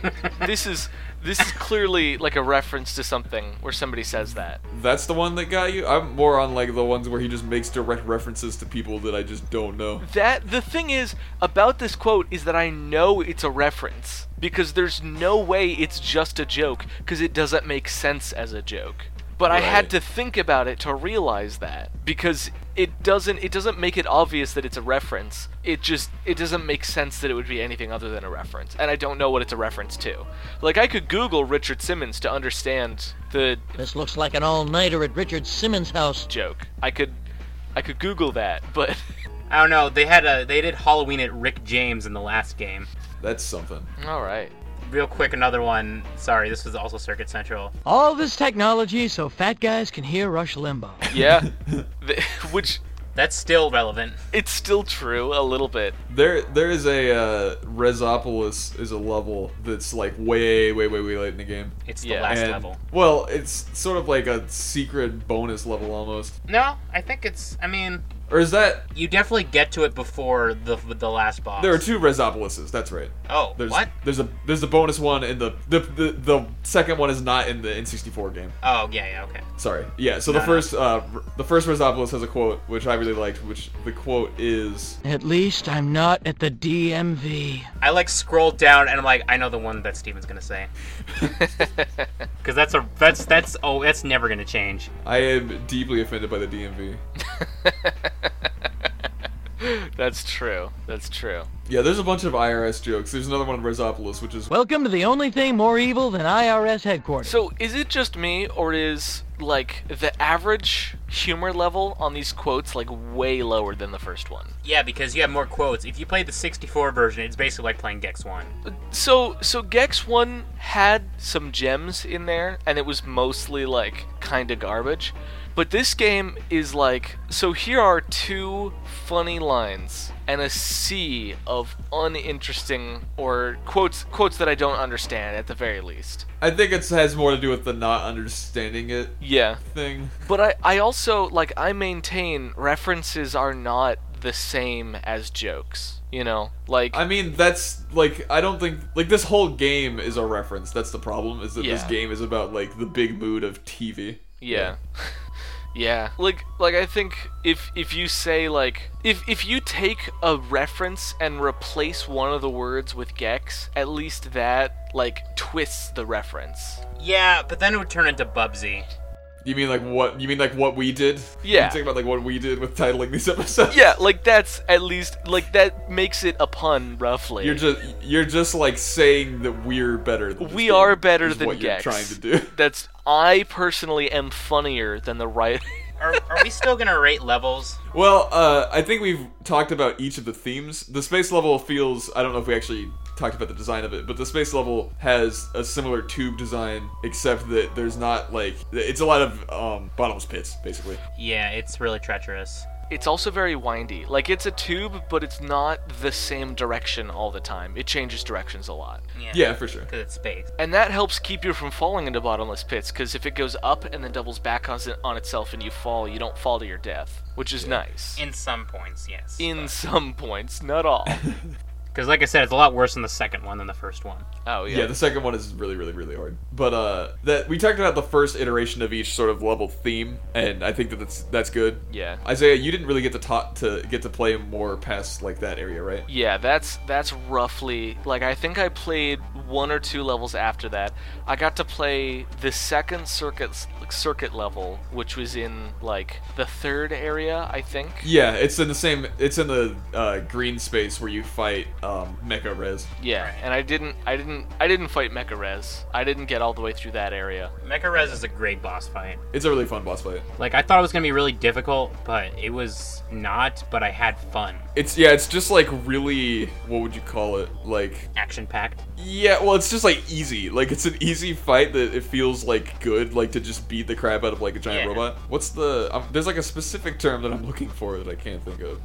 [SPEAKER 2] "This is this is clearly like a reference to something where somebody says that."
[SPEAKER 3] That's the one that got you. I'm more on like the ones where he just makes direct references to people that I just
[SPEAKER 2] *laughs*
[SPEAKER 3] don't know.
[SPEAKER 2] That the thing is about this quote is that I know it's a reference because there's no way it's just a joke because it doesn't make sense as a joke. But I
[SPEAKER 3] Right.
[SPEAKER 2] had to think about it to realize that because it doesn't it doesn't make it obvious that it's a reference. It just it doesn't make sense that it would be anything other than a reference and I don't know what it's a reference to. Like I could google Richard Simmons to understand the
[SPEAKER 5] This looks like an all-nighter at Richard Simmons' house.
[SPEAKER 2] joke. I could I could google that, *laughs* but
[SPEAKER 4] I don't know. They had a they did Halloween at Rick James in the last game.
[SPEAKER 3] That's something.
[SPEAKER 2] all right.
[SPEAKER 4] Real quick, another one. Sorry, this was also Circuit Central.
[SPEAKER 5] All this technology so fat guys can hear Rush Limbaugh.
[SPEAKER 2] *laughs* Yeah. The- which
[SPEAKER 4] That's still relevant.
[SPEAKER 2] it's still true a little bit.
[SPEAKER 3] There, there is a uh, Resopolis is a level that's like way, way, way, way late in the game.
[SPEAKER 4] It's
[SPEAKER 2] Yeah,
[SPEAKER 4] the last
[SPEAKER 3] And-
[SPEAKER 4] level.
[SPEAKER 3] Well, it's sort of like a secret bonus level almost.
[SPEAKER 4] No, I think it's. I mean,
[SPEAKER 3] Or is that
[SPEAKER 4] you definitely get to it before the the last boss.
[SPEAKER 3] there are two Resopolises? That's right.
[SPEAKER 4] Oh,
[SPEAKER 3] There's,
[SPEAKER 4] what?
[SPEAKER 3] There's a there's the bonus one and the the, the the second one is not in the N64 game.
[SPEAKER 4] Oh, yeah, yeah, okay.
[SPEAKER 3] Sorry. Yeah. So the
[SPEAKER 4] No, no.
[SPEAKER 3] first uh r- the first Resopolis has a quote which I really liked, which the quote is
[SPEAKER 5] At least I'm not at the DMV.
[SPEAKER 4] I like scrolled down and I'm like, I know the one that Steven's gonna say. Because that's a that's that's oh that's never gonna change.
[SPEAKER 3] I am deeply offended by the DMV.
[SPEAKER 2] That's true. That's true.
[SPEAKER 3] Yeah, there's a bunch of IRS jokes. There's another one in Resopolis, which is
[SPEAKER 5] Welcome to the only thing more evil than IRS headquarters.
[SPEAKER 2] So, is it just me, or is like the average humor level on these quotes like way lower than the first one?
[SPEAKER 4] Yeah, because you have more quotes. If you play the 64 version, it's basically like playing Gex One.
[SPEAKER 2] So, so Gex one had some gems in there, and it was mostly like kind of garbage. But this game is like so. Here are two funny lines and a sea of uninteresting or quotes quotes that I don't understand at the very least.
[SPEAKER 3] I think it has more to do with the not understanding it
[SPEAKER 2] Yeah.
[SPEAKER 3] thing.
[SPEAKER 2] But I, I also like I maintain references are not the same as jokes. You know, like
[SPEAKER 3] I mean, that's like I don't think like this whole game is a reference. That's the problem is that this
[SPEAKER 2] Yeah.
[SPEAKER 3] game is about like the big mood of TV.
[SPEAKER 2] yeah. *laughs* Yeah. Like like I think if if you say like if if you take a reference and replace one of the words with gex, at least that like twists the reference.
[SPEAKER 4] Yeah, but then it would turn into Bubsy.
[SPEAKER 3] You mean like what? You mean like what we did?
[SPEAKER 2] Yeah.
[SPEAKER 3] You talking about like what we did with titling these *laughs* episodes?
[SPEAKER 2] Yeah, like that's at least like that makes it a pun roughly.
[SPEAKER 3] You're just you're just like saying that we're better. Than this
[SPEAKER 2] we
[SPEAKER 3] game,
[SPEAKER 2] are better
[SPEAKER 3] is
[SPEAKER 2] than
[SPEAKER 3] what
[SPEAKER 2] Gex.
[SPEAKER 3] You're trying to do.
[SPEAKER 2] That's I personally am funnier than the writer. *laughs*
[SPEAKER 4] Are, are we still gonna rate levels?
[SPEAKER 3] Well, uh, I think we've talked about each of the themes. The space level feels. I don't know if we actually talked about the design of it, but the space level has a similar tube design, except that there's not like it's a lot of um, bottomless pits basically.
[SPEAKER 4] Yeah, it's really treacherous.
[SPEAKER 2] It's also very windy. Like it's a tube, but it's not the same direction all the time. It changes directions a lot.
[SPEAKER 3] Yeah, for sure.
[SPEAKER 4] Because it's space.
[SPEAKER 2] And that helps keep you from falling into bottomless pits cuz if it goes up and then doubles back on, on itself and you fall, you don't fall to your death, which is nice.
[SPEAKER 4] In some points, yes.
[SPEAKER 2] In some points, not all.
[SPEAKER 4] Because, like I said, it's a lot worse in the second one than the first one.
[SPEAKER 2] *laughs* Oh yeah.
[SPEAKER 3] Yeah, the second one is really, really, really hard. But uh, that we talked about the first iteration of each sort of level theme, and I think that that's that's good.
[SPEAKER 2] Yeah.
[SPEAKER 3] Isaiah, you didn't really get to talk to get to play more past like that area, right?
[SPEAKER 2] Yeah, that's that's roughly like I think I played one or two levels after that. I got to play the second circuit circuit level, which was in like the third area, I think.
[SPEAKER 3] Yeah, it's in the same. It's in the uh, green space where you fight um, Mecha Res.
[SPEAKER 2] Yeah, and I didn't I didn't I didn't fight Mecha Res. I didn't get all the way through that area.
[SPEAKER 4] Mecha Res is a great boss fight.
[SPEAKER 3] It's a really fun boss fight.
[SPEAKER 4] Like, I thought it was gonna be really difficult, but it was not, but I had fun.
[SPEAKER 3] It's yeah, it's just like really. What would you call it? Like
[SPEAKER 4] Action packed.
[SPEAKER 3] yeah, well, it's just like easy. Like it's an easy fight that it feels like good. Like to just beat the crap out of like a giant
[SPEAKER 4] Yeah.
[SPEAKER 3] robot. What's the? Um, there's like a specific term that I'm looking for that I can't think of.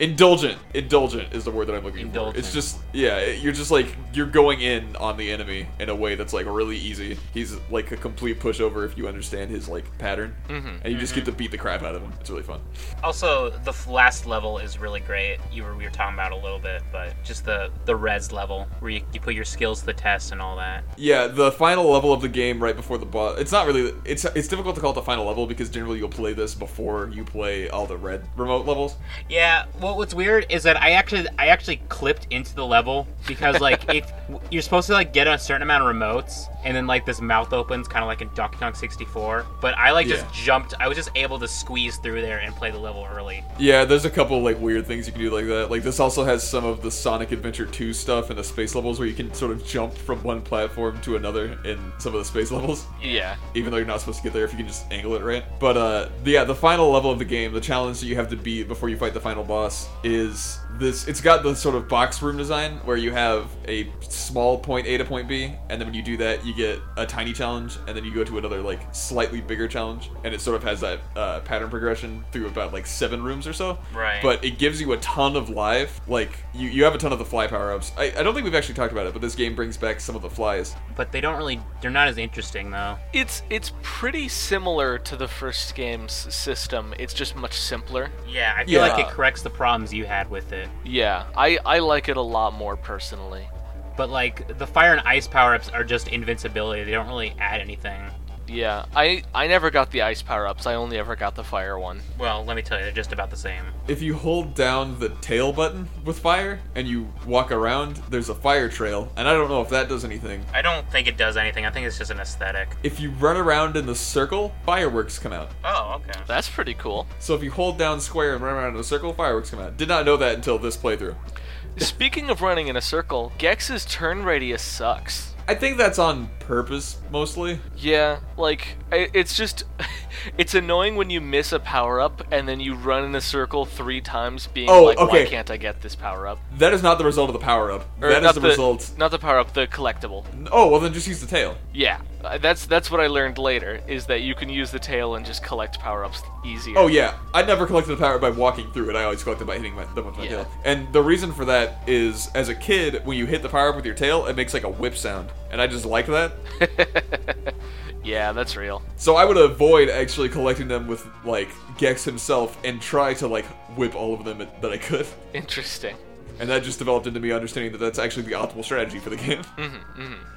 [SPEAKER 3] indulgent indulgent is the word that i'm looking
[SPEAKER 4] Indulgent.
[SPEAKER 3] for it's just yeah it- you're just like you're going in on the enemy in a way that's like really easy he's like a complete pushover if you understand his like pattern mm-hmm. and you just get to beat the crap out of him it's really fun
[SPEAKER 4] Also, the f- last level is really great. You were we were talking about it a little bit, but just the the res level where you, you put your skills to the test and all that.
[SPEAKER 3] yeah the final level of the game right before the boss it's not really it's it's difficult to call it the final level because generally you'll play this before you play all the red remote levels
[SPEAKER 4] Yeah. Well, what's weird is that I actually I actually clipped into the level because like *laughs* if you're supposed to like get a certain amount of remotes and then like this mouth opens kind of like in Donkey Kong 64, but I like
[SPEAKER 3] Yeah.
[SPEAKER 4] just jumped. I was just able to squeeze through there and play the level early.
[SPEAKER 3] Yeah, there's a couple like weird things you can do like that. Like this also has some of the Sonic Adventure 2 stuff and the space levels where you can sort of jump from one platform to another in some of the space levels.
[SPEAKER 2] Yeah.
[SPEAKER 3] Even though you're not supposed to get there if you can just angle it right. But uh the- yeah, the final level of the game, the challenge that you have to beat before you fight the final boss is this it's got the sort of box room design where you have a small point A to point B, and then when you do that you get a tiny challenge, and then you go to another like slightly bigger challenge, and it sort of has that uh, pattern progression through about like seven rooms or so.
[SPEAKER 4] Right.
[SPEAKER 3] But it gives you a ton of life. Like you, you have a ton of the fly power ups. I, I don't think we've actually talked about it, but this game brings back some of the flies.
[SPEAKER 4] But they don't really. They're not as interesting though.
[SPEAKER 2] It's it's pretty similar to the first game's system. It's just much simpler.
[SPEAKER 4] Yeah, I feel like
[SPEAKER 3] Yeah.
[SPEAKER 4] it corrects the problems you had with it.
[SPEAKER 2] Yeah, I I like it a lot more personally.
[SPEAKER 4] But like the fire and ice power ups are just invincibility. They don't really add anything.
[SPEAKER 2] Yeah, I I never got the ice power ups. I only ever got the fire one.
[SPEAKER 4] Well, let me tell you, they're just about the same.
[SPEAKER 3] If you hold down the tail button with fire and you walk around, there's a fire trail, and I don't know if that does anything.
[SPEAKER 4] I don't think it does anything. I think it's just an aesthetic.
[SPEAKER 3] If you run around in the circle, fireworks come out.
[SPEAKER 4] Oh, okay.
[SPEAKER 2] That's pretty *laughs* cool.
[SPEAKER 3] So if you hold down square and run around in a circle, fireworks come out. Did not know that until this playthrough.
[SPEAKER 2] Speaking of running in a circle, Gex's turn radius sucks.
[SPEAKER 3] I think that's on purpose mostly.
[SPEAKER 2] Yeah, like I- it's just *laughs* it's annoying when you miss a power up and then you run in a circle three times, being
[SPEAKER 3] Oh,
[SPEAKER 2] like,
[SPEAKER 3] okay.
[SPEAKER 2] why can't I get this power up?
[SPEAKER 3] That is not the result of the power up.
[SPEAKER 2] Or
[SPEAKER 3] That
[SPEAKER 2] not
[SPEAKER 3] is the result.
[SPEAKER 2] Not the power up, the collectible.
[SPEAKER 3] Oh, well then just use the tail.
[SPEAKER 2] Yeah, uh, that's that's what I learned later is that you can use the tail and just collect power ups easier.
[SPEAKER 3] Oh yeah, I never collected the power by walking through it. I always collected by hitting my, them with my
[SPEAKER 2] Yeah.
[SPEAKER 3] tail. And the reason for that is, as a kid, when you hit the power up with your tail, it makes like a whip sound, and I just like that.
[SPEAKER 2] yeah, that's real.
[SPEAKER 3] So I would avoid actually collecting them with like Gex himself and try to like whip all of them that I could.
[SPEAKER 2] Interesting.
[SPEAKER 3] And that just developed into me understanding that that's actually the optimal strategy for the game.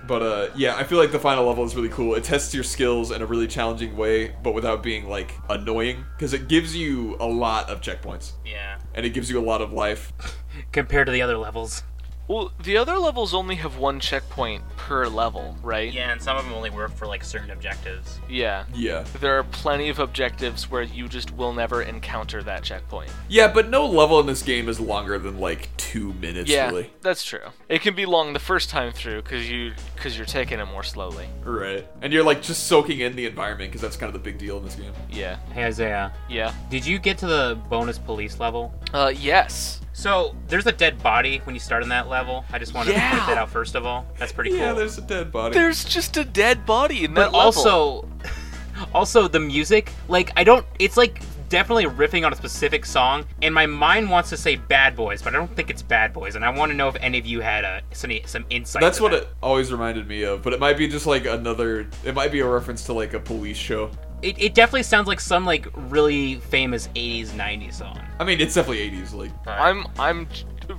[SPEAKER 3] But uh, yeah, I feel like the final level is really cool. It tests your skills in a really challenging way, but without being like annoying, because it gives you a lot of checkpoints
[SPEAKER 4] Yeah.
[SPEAKER 3] and it gives you a lot of life.
[SPEAKER 4] Compared to the other levels.
[SPEAKER 2] Well, the other levels only have one checkpoint per level, right?
[SPEAKER 4] Yeah, and some of them only work for like certain objectives.
[SPEAKER 2] Yeah.
[SPEAKER 3] Yeah.
[SPEAKER 2] There are plenty of objectives where you just will never encounter that checkpoint.
[SPEAKER 3] Yeah, but no level in this game is longer than like two minutes,
[SPEAKER 2] yeah,
[SPEAKER 3] really.
[SPEAKER 2] that's true. It can be long the first time through because you because you're taking it more slowly.
[SPEAKER 3] Right. And you're like just soaking in the environment because that's kind of the big deal in this game.
[SPEAKER 2] Yeah,
[SPEAKER 4] Hey Isaiah,
[SPEAKER 2] yeah.
[SPEAKER 4] did you get to the bonus police level?
[SPEAKER 2] Uh, yes.
[SPEAKER 4] So there's a dead body when you start on that level. I just wanted to
[SPEAKER 2] Yeah.
[SPEAKER 4] point that out first of all. That's pretty
[SPEAKER 3] Yeah,
[SPEAKER 4] cool.
[SPEAKER 3] there's a dead body.
[SPEAKER 2] There's just a dead body in that
[SPEAKER 4] but
[SPEAKER 2] level.
[SPEAKER 4] also also the music like i don't it's like definitely riffing on a specific song and my mind wants to say bad boys but i don't think it's bad boys and i want to know if any of you had uh some, some insight
[SPEAKER 3] That's
[SPEAKER 4] to
[SPEAKER 3] what
[SPEAKER 4] that.
[SPEAKER 3] it always reminded me of, but it might be just like another. It might be a reference to like a police show.
[SPEAKER 4] it, it definitely sounds like some like really famous 80s 90s song
[SPEAKER 3] I mean, it's definitely 80s. Like,
[SPEAKER 2] I'm I'm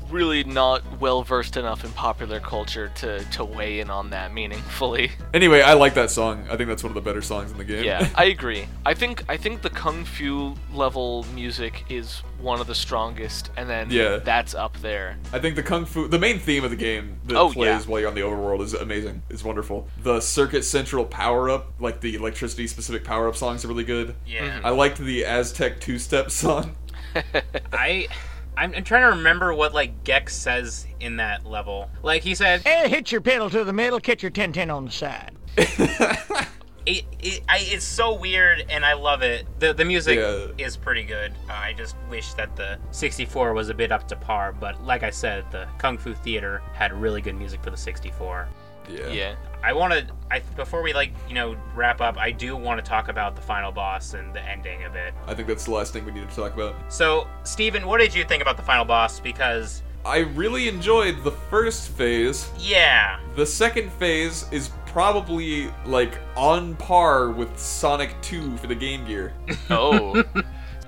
[SPEAKER 2] really not well versed enough in popular culture to to weigh in on that
[SPEAKER 3] *laughs*
[SPEAKER 2] meaningfully.
[SPEAKER 3] anyway, I like that song. I think that's one of the better songs in the game.
[SPEAKER 2] Yeah, I agree. I think I think the kung fu level music is one of the strongest, and then
[SPEAKER 3] Yeah.
[SPEAKER 2] that's up there.
[SPEAKER 3] *laughs* I think the kung fu, the main theme of the game that
[SPEAKER 2] Oh,
[SPEAKER 3] plays
[SPEAKER 2] yeah.
[SPEAKER 3] while you're on the overworld is amazing. It's wonderful. The circuit central power up, like the electricity specific power up songs, are really good.
[SPEAKER 4] yeah
[SPEAKER 3] I liked the Aztec two step *laughs* song.
[SPEAKER 4] i I'm, I'm trying to remember what like gex says in that level like he said
[SPEAKER 5] And hit your pedal to the metal, catch your 10-10 on the side.
[SPEAKER 4] it, it I, it's so weird and I love it. The the music
[SPEAKER 3] Yeah.
[SPEAKER 4] is pretty good. Uh, I just wish that the 64 was a bit up to par, but like I said, the Kung Fu Theater had really good music for the 64.
[SPEAKER 3] Yeah. *laughs*
[SPEAKER 2] Yeah.
[SPEAKER 4] I want to. I before we like you know wrap up, I do want to talk about the final boss and the ending of it.
[SPEAKER 3] I think that's the last thing we needed to talk about.
[SPEAKER 4] So, Steven, what did you think about the final boss? Because
[SPEAKER 3] I really enjoyed the first phase.
[SPEAKER 4] yeah,
[SPEAKER 3] The second phase is probably like on par with Sonic 2 for the Game Gear.
[SPEAKER 2] Oh.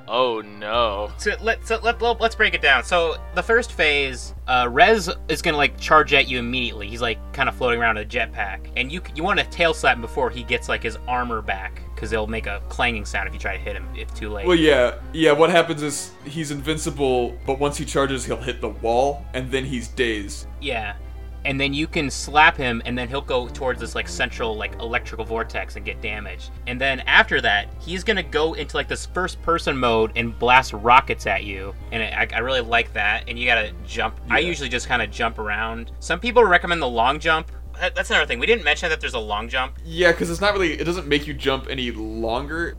[SPEAKER 2] oh no.
[SPEAKER 4] so let so let, let us break it down. So the first phase, uh, Rez is gonna like charge at you immediately. He's like kind of floating around in a jetpack, and you you want to tail slap him before he gets like his armor back because it'll make a clanging sound if you try to hit him if too late.
[SPEAKER 3] Well, yeah, yeah. What happens is he's invincible, but once he charges, he'll hit the wall, and then he's dazed.
[SPEAKER 4] Yeah. And then you can slap him and then he'll go towards this like central like electrical vortex and get damaged. And then after that, he's gonna go into like this first person mode and blast rockets at you. And I, I really like that. And you gotta jump. I usually just kind of jump around. Some people recommend the long jump. That- That's another thing. We didn't mention that there's a
[SPEAKER 2] *laughs*
[SPEAKER 4] long jump.
[SPEAKER 3] Yeah, because it's not really. It doesn't make you jump any longer.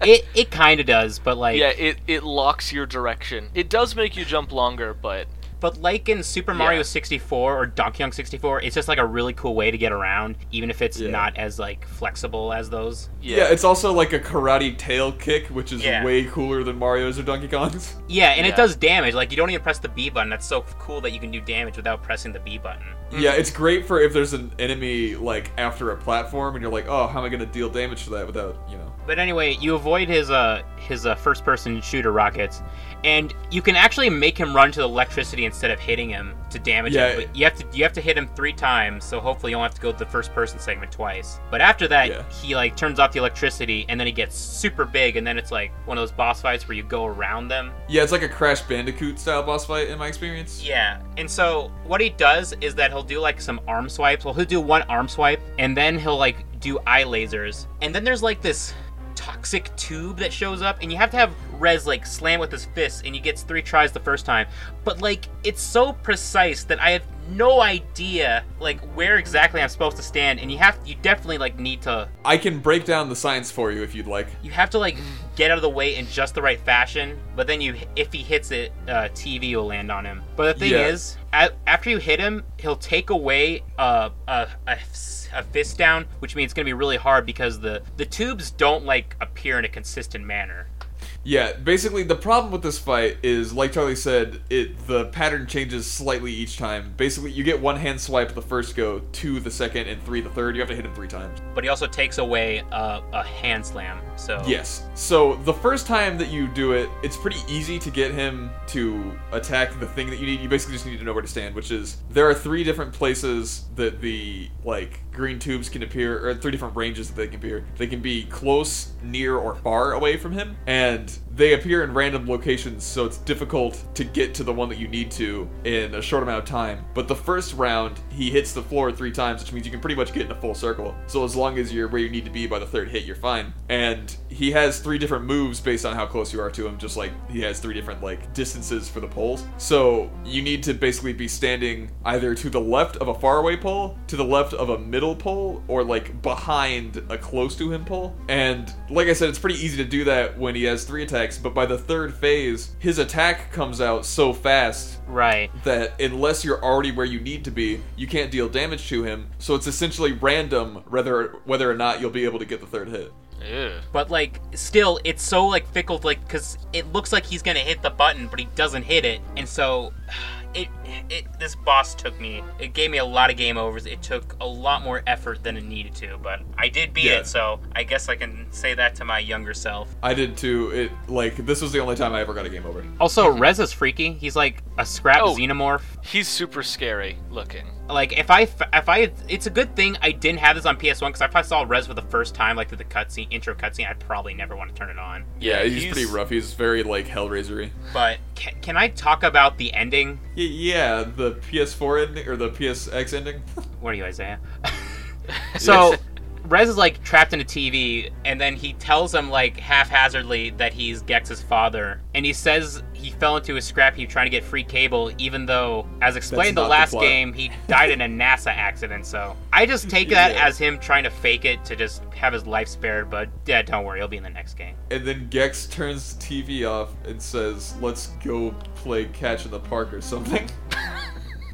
[SPEAKER 4] It it kind of does, but like
[SPEAKER 2] Yeah, it, it locks your direction. It does make you jump longer, but
[SPEAKER 4] But like in Super Mario
[SPEAKER 2] Yeah.
[SPEAKER 4] 64 or Donkey Kong 64, it's just like a really cool way to get around, even if it's
[SPEAKER 3] Yeah.
[SPEAKER 4] not as like flexible as those.
[SPEAKER 3] Yeah.
[SPEAKER 2] yeah.
[SPEAKER 3] it's also like a karate tail kick, which is
[SPEAKER 4] Yeah.
[SPEAKER 3] way cooler than Mario's or Donkey Kong's.
[SPEAKER 4] Yeah, and it
[SPEAKER 2] Yeah.
[SPEAKER 4] does damage. Like you don't even press the B button. That's so cool that you can do damage without pressing the B button.
[SPEAKER 3] Yeah, it's great for if there's an enemy like after a platform, and you're like, oh, how am I gonna deal damage to that without you know?
[SPEAKER 4] But anyway, you avoid his uh his uh, first person shooter rockets, and you can actually make him run to the electricity instead of hitting him to damage
[SPEAKER 3] Yeah.
[SPEAKER 4] him. But you have to you have to hit him three times, so hopefully you will not have to go to the first person segment twice. But after that,
[SPEAKER 3] Yeah.
[SPEAKER 4] he like turns off the electricity, and then he gets super big, and then it's like one of those boss fights where you go around them.
[SPEAKER 3] Yeah, it's like a Crash Bandicoot style boss fight in my experience.
[SPEAKER 4] Yeah, and so what he does is that he'll do like some arm swipes. Well, he'll do one arm swipe, and then he'll like do eye lasers, and then there's like this toxic tube that shows up, and you have to have Rez like slam with his fist, and he gets three tries the first time. But like it's so precise that I have no idea like where exactly I'm supposed to stand, and you have you definitely like need to
[SPEAKER 3] I can break down the science for you if you'd like.
[SPEAKER 4] you have to like get out of the way in just the right fashion but then you if he hits it uh, tv will land on him but the thing
[SPEAKER 3] Yeah.
[SPEAKER 4] is a after you hit him he'll take away uh, a, a s- a fist down which means it's going to be really hard because the the tubes don't like appear in a consistent manner
[SPEAKER 3] Yeah, basically the problem with this fight is, like Charlie said, it the pattern changes slightly each time. Basically, you get one hand swipe the first go, two the second, and three the third. You have to hit him three times.
[SPEAKER 4] but he also takes away uh, a hand slam so
[SPEAKER 3] Yes. So the first time that you do it, it's pretty easy to get him to attack the thing that you need. You basically just need to know where to stand, which is there are three different places that the like green tubes can appear, or three different ranges that they can appear. They can be close, near, or far away from him, and they appear in random locations, so it's difficult to get to the one that you need to in a short amount of time. But the first round, he hits the floor three times, which means you can pretty much get in a full circle. So as long as you're where you need to be by the third hit, you're fine. And he has three different moves based on how close you are to him, just like he has three different like distances for the poles. So you need to basically be standing either to the left of a faraway pole, to the left of a middle pole, or like behind a close to him pole. And like I said, it's pretty easy to do that when he has three attacks, but by the third phase, his attack comes out so fast
[SPEAKER 4] right
[SPEAKER 3] that unless you're already where you need to be, you can't deal damage to him. So it's essentially random whether whether or not you'll be able to get the third hit.
[SPEAKER 2] Ew.
[SPEAKER 4] but like still it's so like fickle like because it looks like he's gonna hit the button but he doesn't hit it and so *sighs* it, it this boss took me it gave me a lot of game overs it took a lot more effort than it needed to but i did beat
[SPEAKER 3] Yeah.
[SPEAKER 4] it so i guess i can say that to my younger self
[SPEAKER 3] I did too. It like this was the only time I ever got a game over.
[SPEAKER 4] also rez is freaky he's like a scrap
[SPEAKER 2] Oh.
[SPEAKER 4] xenomorph
[SPEAKER 2] He's super scary looking.
[SPEAKER 4] like if I f- if I it's a good thing I didn't have this on PS1 because if I saw Rez for the first time like through the cutscene intro cutscene I'd probably never want to turn it on.
[SPEAKER 3] Yeah, he's, pretty rough. He's very like Hellraisery.
[SPEAKER 4] But can, can I talk about the ending?
[SPEAKER 3] Y- yeah, the PS4 ending or the PSX ending. *laughs*
[SPEAKER 4] What are you, Isaiah? so, Rez is like trapped in a TV, and then he tells him like haphazardly that he's Gex's father, and he says he fell into a scrap heap trying to get free cable, even though, as explained
[SPEAKER 3] not
[SPEAKER 4] the
[SPEAKER 3] the
[SPEAKER 4] last
[SPEAKER 3] plot.
[SPEAKER 4] game, he died in a NASA accident. So
[SPEAKER 3] *laughs*
[SPEAKER 4] I just take that
[SPEAKER 3] Yeah.
[SPEAKER 4] as him trying to fake it to just have his life spared. But yeah, don't worry, he'll be in the next game.
[SPEAKER 3] and then Gex turns the *laughs* TV off and says, "Let's go play catch in the park or something."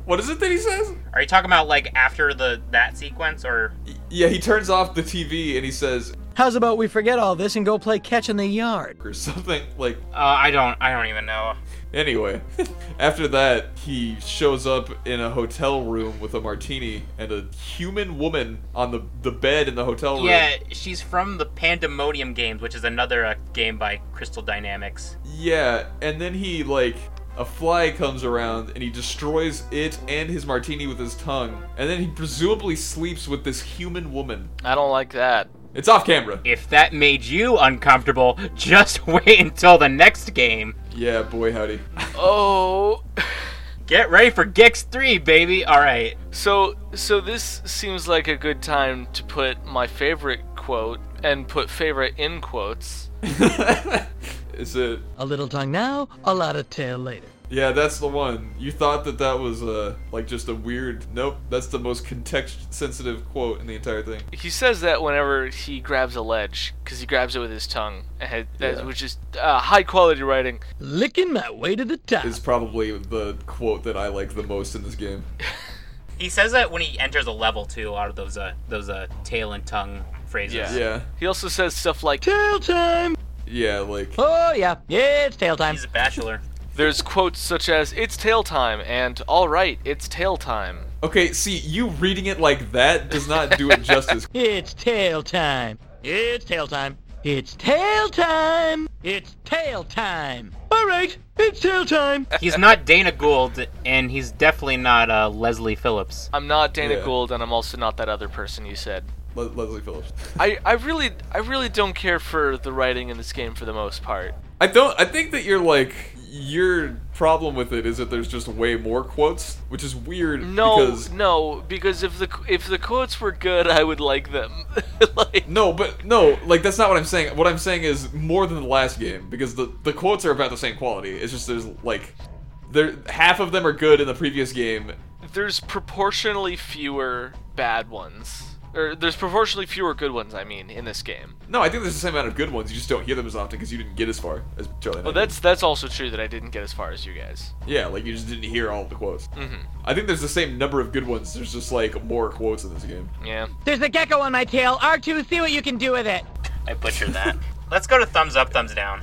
[SPEAKER 3] What is it that he says?
[SPEAKER 4] Are you talking about like after the that sequence or
[SPEAKER 3] Yeah, he turns off the TV and he says
[SPEAKER 1] How's about we forget all this and go play catch in the yard?
[SPEAKER 3] or something like.
[SPEAKER 4] uh, I don't I don't even know.
[SPEAKER 3] Anyway, *laughs* after that, he shows up in a hotel room with a martini and a human woman on the the bed in the hotel room.
[SPEAKER 4] Yeah, she's from the Pandemonium games, which is another uh, game by Crystal Dynamics.
[SPEAKER 3] Yeah, and then he like a fly comes around and he destroys it and his martini with his tongue, and then he presumably sleeps with this human woman.
[SPEAKER 2] I don't like that.
[SPEAKER 3] It's off camera.
[SPEAKER 4] If that made you uncomfortable, *laughs* just wait until the next game.
[SPEAKER 3] Yeah, boy howdy.
[SPEAKER 2] Oh.
[SPEAKER 4] Get ready for Gex 3, baby. All right.
[SPEAKER 2] So so this seems like a good time to put my favorite quote and put favorite in quotes.
[SPEAKER 3] Is it?
[SPEAKER 1] A little tongue now, a lot of tail later.
[SPEAKER 3] Yeah, that's the one. You thought that that was uh like just a weird. Nope, that's the most context sensitive quote in the entire thing.
[SPEAKER 2] He says that whenever he grabs a ledge cuz he grabs it with his tongue and that,
[SPEAKER 3] Yeah.
[SPEAKER 2] which is uh, high quality writing.
[SPEAKER 1] Licking my way to the top.
[SPEAKER 3] Is probably the quote that I like the most in this game.
[SPEAKER 4] He says that when he enters a level too. A lot of those uh those uh tail and tongue phrases.
[SPEAKER 2] Yeah.
[SPEAKER 3] Yeah,
[SPEAKER 2] He also says stuff like
[SPEAKER 1] Tail time!
[SPEAKER 3] yeah, like
[SPEAKER 1] Oh, yeah. Yeah, it's tail time.
[SPEAKER 4] He's a bachelor.
[SPEAKER 2] there's quotes such as it's tail time and all right, it's tail time.
[SPEAKER 3] okay. See, you reading it like that does not do it justice.
[SPEAKER 1] It's tail time. It's tail time. It's tail time. It's tail time. All right, it's tail time.
[SPEAKER 4] *laughs* He's not Dana Gould, and he's definitely not uh, Leslie Phillips.
[SPEAKER 2] I'm not Dana
[SPEAKER 3] Yeah.
[SPEAKER 2] Gould and I'm also not that other person you said.
[SPEAKER 3] Le- Leslie Phillips.
[SPEAKER 2] I, I really I really don't care for the writing in this game for the most part.
[SPEAKER 3] I don't. I think that you're like your problem with it is that there's just way more quotes, which is weird.
[SPEAKER 2] No,
[SPEAKER 3] Because,
[SPEAKER 2] no, because if the if the quotes were good, I would like them. *laughs* like
[SPEAKER 3] no, but no, like that's not what I'm saying. What I'm saying is more than the last game because the the quotes are about the same quality. It's just there's like there half of them are good in the previous game.
[SPEAKER 2] there's proportionally fewer bad ones. Or there's proportionally fewer good ones, I mean, in this game.
[SPEAKER 3] No, I think there's the same amount of good ones. You just don't hear them as often because you didn't get as far as Charlie. and I
[SPEAKER 2] Well,
[SPEAKER 3] did.
[SPEAKER 2] Oh, that's that's also true that I didn't get as far as you guys.
[SPEAKER 3] yeah, like you just didn't hear all of the quotes. Mm-hmm. I think there's the same number of good ones. There's just like more quotes in this game.
[SPEAKER 2] Yeah.
[SPEAKER 1] There's a gecko on my tail. R2, see what you can do with it.
[SPEAKER 4] I butchered that. Let's go to thumbs up, thumbs down.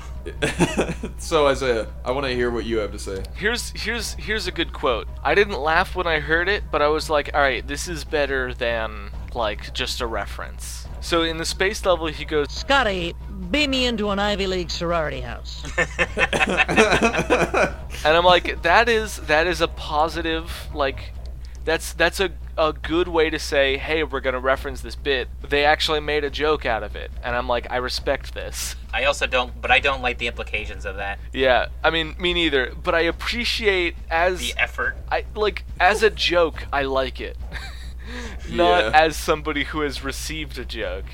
[SPEAKER 3] so Isaiah, I want to hear what you have to say.
[SPEAKER 2] Here's here's here's a good quote. I didn't laugh when I heard it, but I was like, all right, this is better than like just a reference. So in the space level, he goes,
[SPEAKER 1] Scotty, beam me into an Ivy League sorority house.
[SPEAKER 2] and I'm like, that is that is a positive like, that's that's a a good way to say, hey, we're gonna reference this bit. They actually made a joke out of it, and I'm like, I respect this. *laughs*
[SPEAKER 4] I also don't, but I don't like the implications of that.
[SPEAKER 2] Yeah, I mean, me neither, but I appreciate as
[SPEAKER 4] The effort.
[SPEAKER 2] I like as a joke, I like it, *laughs* not
[SPEAKER 3] Yeah.
[SPEAKER 2] as somebody who has received a joke.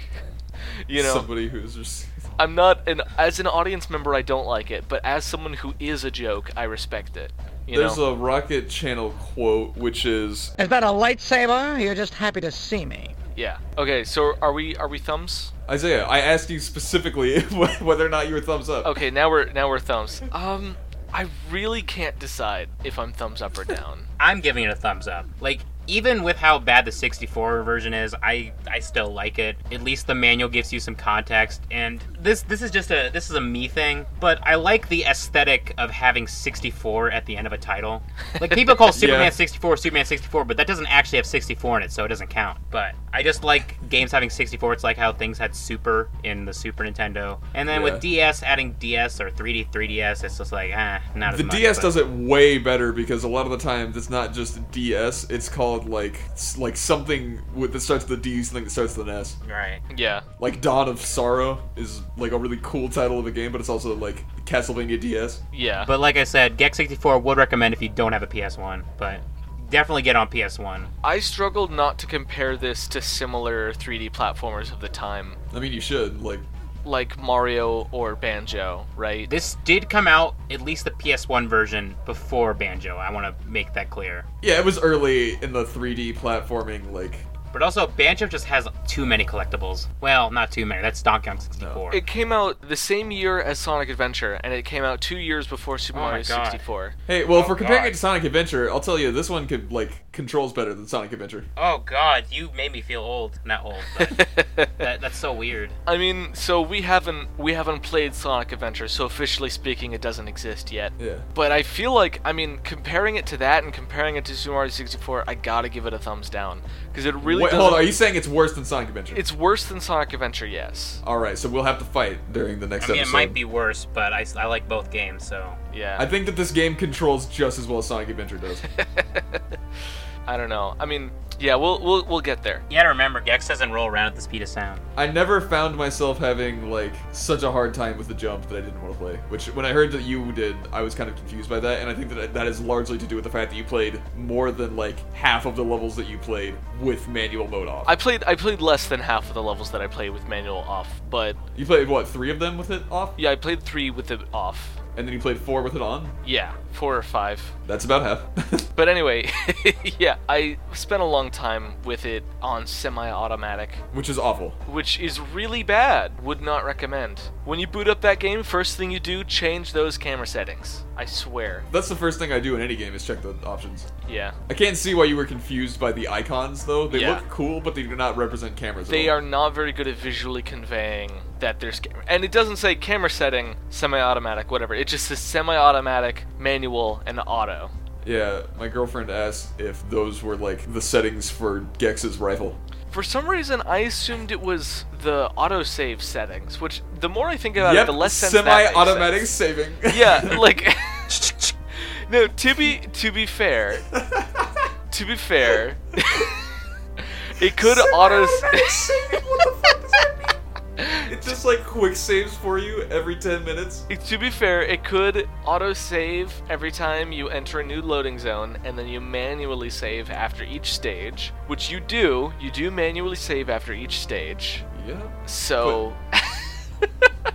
[SPEAKER 2] You know,
[SPEAKER 3] somebody who's just
[SPEAKER 2] I'm not an as an audience member, I don't like it, but as someone who is a joke, I respect it. You
[SPEAKER 3] there's
[SPEAKER 2] know?
[SPEAKER 3] a rocket channel quote which is
[SPEAKER 1] Is that a lightsaber? You're just happy to see me.
[SPEAKER 2] yeah. Okay, so are we are we thumbs?
[SPEAKER 3] isaiah i asked you specifically *laughs* whether or not you were thumbs up
[SPEAKER 2] Okay, now we're now we're thumbs. Um, I really can't decide if I'm thumbs up or down.
[SPEAKER 4] I'm giving it a thumbs up. Like even with how bad the 64 version is, I I still like it. At least the manual gives you some context and this this is just a this is a me thing, but I like the aesthetic of having 64 at the end of a title. Like people
[SPEAKER 3] *laughs*
[SPEAKER 4] call Superman 64 Superman 64, but that doesn't actually have 64 in it, so it doesn't count. But I just like games having 64. It's like how things had Super in the Super Nintendo. And then
[SPEAKER 3] Yeah.
[SPEAKER 4] with DS adding DS or 3D 3DS, it's just like, ah, not as
[SPEAKER 3] the
[SPEAKER 4] much.
[SPEAKER 3] ds
[SPEAKER 4] but-
[SPEAKER 3] does it way better because a lot of the time it's not just ds it's called like s- like something with that starts with the d something that starts with an s
[SPEAKER 4] Right.
[SPEAKER 2] Yeah,
[SPEAKER 3] like dawn of sorrow is like a really cool title of a game but it's also like castlevania ds
[SPEAKER 2] yeah.
[SPEAKER 4] But like I said, Gex 64 would recommend if you don't have a PS1, but definitely get on PS1.
[SPEAKER 2] I struggled not to compare this to similar 3D platformers of the time,
[SPEAKER 3] i mean you should like
[SPEAKER 2] like Mario or Banjo, right?
[SPEAKER 4] This did come out, at least the PS1 version, before Banjo. I want to make that clear.
[SPEAKER 3] yeah it was early in the 3d platforming like
[SPEAKER 4] But also, Banjo just has too many collectibles. Well, not too many. That's Donkey Kong 64.
[SPEAKER 2] It came out the same year as Sonic Adventure, and it came out two years before Super
[SPEAKER 4] Oh my
[SPEAKER 2] Mario
[SPEAKER 4] God.
[SPEAKER 2] 64.
[SPEAKER 3] Hey, well,
[SPEAKER 4] Oh,
[SPEAKER 3] if we're comparing
[SPEAKER 4] God.
[SPEAKER 3] it to Sonic Adventure, I'll tell you this one could like controls better than Sonic Adventure.
[SPEAKER 4] oh God, you made me feel old. Not old. But that, that's so weird.
[SPEAKER 2] I mean, so we haven't we haven't played Sonic Adventure, so officially speaking, it doesn't exist yet.
[SPEAKER 3] Yeah.
[SPEAKER 2] But I feel like I mean, comparing it to that and comparing it to Super Mario 64, I gotta give it a thumbs down because it really
[SPEAKER 3] Wait,
[SPEAKER 2] doesn't-
[SPEAKER 3] hold on, are you saying it's worse than Sonic Adventure?
[SPEAKER 2] it's worse than Sonic Adventure, yes.
[SPEAKER 3] All right, so we'll have to fight during the next
[SPEAKER 4] I mean,
[SPEAKER 3] episode.
[SPEAKER 4] it might be worse, but I, I like both games, so.
[SPEAKER 2] Yeah.
[SPEAKER 3] I think that this game controls just as well as Sonic Adventure
[SPEAKER 4] *laughs*
[SPEAKER 3] does.
[SPEAKER 2] I don't know. I mean, yeah, we'll we'll we'll get there.
[SPEAKER 4] You gotta remember, Gex doesn't roll around at the speed of sound.
[SPEAKER 3] I never found myself having like such a hard time with the jump that I didn't want to play. Which, when I heard that you did, I was kind of confused by that, and I think that that is largely to do with the fact that you played more than like half of the levels that you played with manual mode off.
[SPEAKER 2] I played I played less than half of the levels that I played with manual off, but
[SPEAKER 3] you played what three of them with it off,
[SPEAKER 2] yeah, I played 3 with it off.
[SPEAKER 3] and then you played four with it on.
[SPEAKER 2] Yeah, 4 or 5.
[SPEAKER 3] That's about half. *laughs*
[SPEAKER 2] But anyway, *laughs* yeah, I spent a long time with it on semi-automatic,
[SPEAKER 3] Which is awful.
[SPEAKER 2] which is really bad. Would not recommend. When you boot up that game, first thing you do, change those camera settings. I swear.
[SPEAKER 3] That's the first thing I do in any game is check the options.
[SPEAKER 2] Yeah.
[SPEAKER 3] I can't see why you were confused by the icons though. They
[SPEAKER 2] Yeah.
[SPEAKER 3] look cool, but they do not represent cameras. at
[SPEAKER 2] They
[SPEAKER 3] all.
[SPEAKER 2] are not very good at visually conveying that there's camera. And it doesn't say camera setting, semi-automatic, whatever. It just says semi-automatic, manual, and auto.
[SPEAKER 3] Yeah, my girlfriend asked if those were like the settings for Gex's rifle.
[SPEAKER 2] For some reason, I assumed it was the autosave settings, which the more I think about
[SPEAKER 3] yep,
[SPEAKER 2] it, the less sense that makes
[SPEAKER 3] semi-automatic
[SPEAKER 2] sense.
[SPEAKER 3] saving.
[SPEAKER 2] Yeah, like *laughs* No, to be to be fair. To be fair. it could auto
[SPEAKER 3] Semi-automatic saving. What the fuck does that mean? *laughs* It just like quick saves for you every ten
[SPEAKER 2] *laughs*
[SPEAKER 3] minutes.
[SPEAKER 2] *laughs* To be fair, it could auto save every time you enter a new loading zone, and then you manually save after each stage, which you do. You do manually save after each stage.
[SPEAKER 3] Yeah.
[SPEAKER 2] So.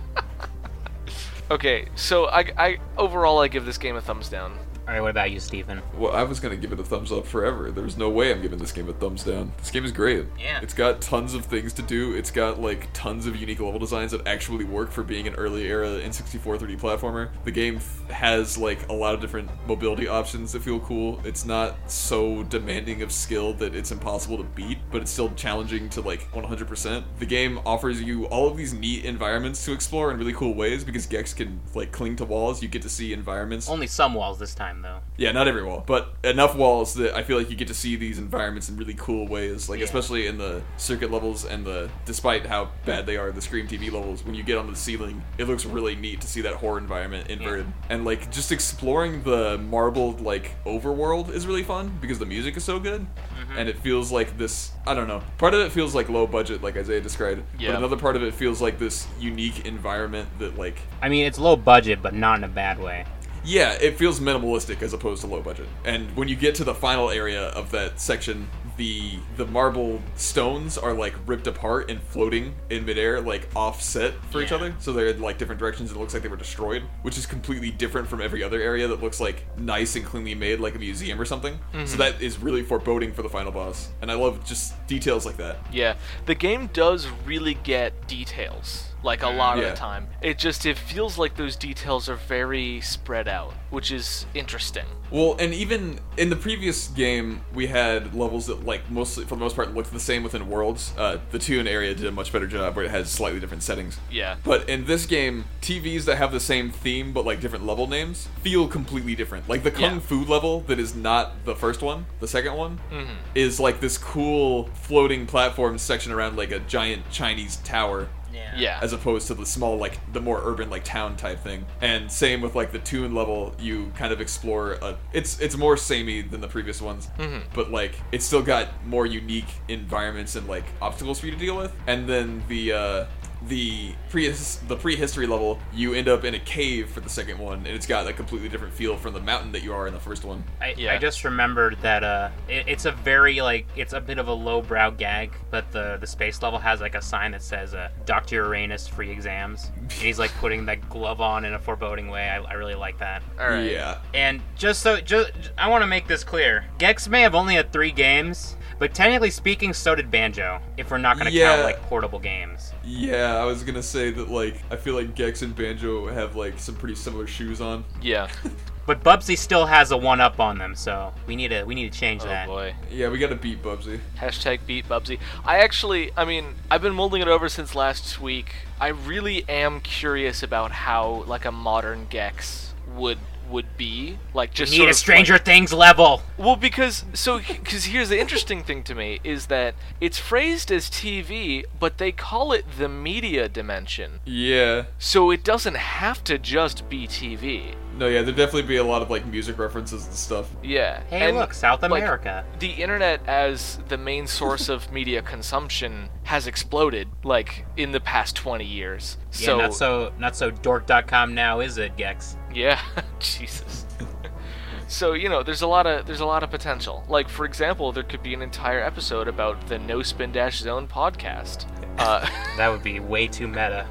[SPEAKER 2] *laughs* okay, so I, I overall I give this game a thumbs down.
[SPEAKER 4] Alright, what about you, Steven?
[SPEAKER 3] Well, I was gonna give it a thumbs up forever. There's no way I'm giving this game a thumbs down. This game is great.
[SPEAKER 4] Yeah.
[SPEAKER 3] It's got tons of things to do. It's got like tons of unique level designs that actually work for being an early era N64 3D platformer. The game f- has like a lot of different mobility options that feel cool. It's not so demanding of skill that it's impossible to beat, but it's still challenging to like 100%. The game offers you all of these neat environments to explore in really cool ways because Gex can like cling to walls. You get to see environments
[SPEAKER 4] Only some walls this time, though.
[SPEAKER 3] yeah, not every wall, but enough walls that I feel like you get to see these environments in really cool ways, like especially in the circuit levels and the despite how bad they are, the Scream TV levels, when you get on the ceiling, it looks really neat to see that horror environment inverted. And like just exploring the marbled like overworld is really fun because the music is so good. And it feels like this I don't know. Part of it feels like low budget like Isaiah described,
[SPEAKER 2] Yeah.
[SPEAKER 3] but another part of it feels like this unique environment that like
[SPEAKER 4] I mean, it's low budget, but not in a bad way.
[SPEAKER 3] yeah, it feels minimalistic as opposed to low budget. And when you get to the final area of that section, the the marble stones are like ripped apart and floating in midair, like offset for each
[SPEAKER 4] Yeah.
[SPEAKER 3] other. So they're in like different directions. and It looks like they were destroyed, which is completely different from every other area that looks like nice and cleanly made, like a museum or something. So that is really foreboding for the final boss. And I love just details like that.
[SPEAKER 2] Yeah, the game does really get details, like a lot of
[SPEAKER 3] Yeah.
[SPEAKER 2] the time. It just it feels like those details are very spread out, which is interesting.
[SPEAKER 3] Well, and even in the previous game, we had levels that, like, mostly for the most part, looked the same within worlds. Uh, the Tune area did a much better job where it has slightly different settings.
[SPEAKER 2] Yeah.
[SPEAKER 3] But in this game, TVs that have the same theme but like different level names feel completely different. Like the kung
[SPEAKER 2] Yeah.
[SPEAKER 3] fu level that is not the first one, the second one
[SPEAKER 2] Mm-hmm.
[SPEAKER 3] is like this cool floating platform section around like a giant Chinese tower
[SPEAKER 2] Yeah.
[SPEAKER 3] as opposed to the small like the more urban like town type thing and same with like the tune level you kind of explore a, it's it's more samey than the previous ones
[SPEAKER 2] Mm-hmm.
[SPEAKER 3] but like it's still got more unique environments and like obstacles for you to deal with and then the uh the pre the prehistory level you end up in a cave for the second one and it's got a completely different feel from the mountain that you are in the first one
[SPEAKER 4] I,
[SPEAKER 2] Yeah.
[SPEAKER 4] I just remembered that uh, it, it's a very like it's a bit of a lowbrow gag, but the the space level has like a sign that says uh, "Doctor Uranus free exams," and he's like putting that glove on in a foreboding way. I, I really like that.
[SPEAKER 2] All right.
[SPEAKER 3] yeah
[SPEAKER 4] And just so, just, I want to make this clear: Gex may have only had three games, But technically speaking, so did Banjo. If we're not gonna
[SPEAKER 3] Yeah.
[SPEAKER 4] count like portable games.
[SPEAKER 3] Yeah, I was gonna say that like I feel like Gex and Banjo have like some pretty similar shoes on. *laughs*
[SPEAKER 2] Yeah.
[SPEAKER 4] But Bubsy still has a one up on them, so we need to we need to change
[SPEAKER 2] Oh
[SPEAKER 4] that.
[SPEAKER 2] boy.
[SPEAKER 3] Yeah, we gotta beat Bubsy.
[SPEAKER 2] Hashtag beat Bubsy. I actually, I mean, I've been molding it over since last week. I really am curious about how like a modern Gex would would be like just
[SPEAKER 4] Need
[SPEAKER 2] sort
[SPEAKER 4] a
[SPEAKER 2] of,
[SPEAKER 4] Stranger
[SPEAKER 2] like-
[SPEAKER 4] Things level.
[SPEAKER 2] well, because so because here's the interesting thing to me is that it's phrased as TV, but they call it the media dimension,
[SPEAKER 3] Yeah.
[SPEAKER 2] so it doesn't have to just be TV.
[SPEAKER 3] No, yeah, there'd definitely be a lot of like music references and stuff.
[SPEAKER 2] Yeah.
[SPEAKER 4] Hey,
[SPEAKER 2] and,
[SPEAKER 4] look, South
[SPEAKER 2] like,
[SPEAKER 4] America.
[SPEAKER 2] the internet as the main source of media consumption has exploded like in the past 20 years so
[SPEAKER 4] yeah, not so not so dork.com now, is it, Gex?
[SPEAKER 2] yeah *laughs* jesus so you know there's a lot of there's a lot of potential like for example there could be an entire episode about the no spin dash zone podcast uh,
[SPEAKER 4] That would be way too meta.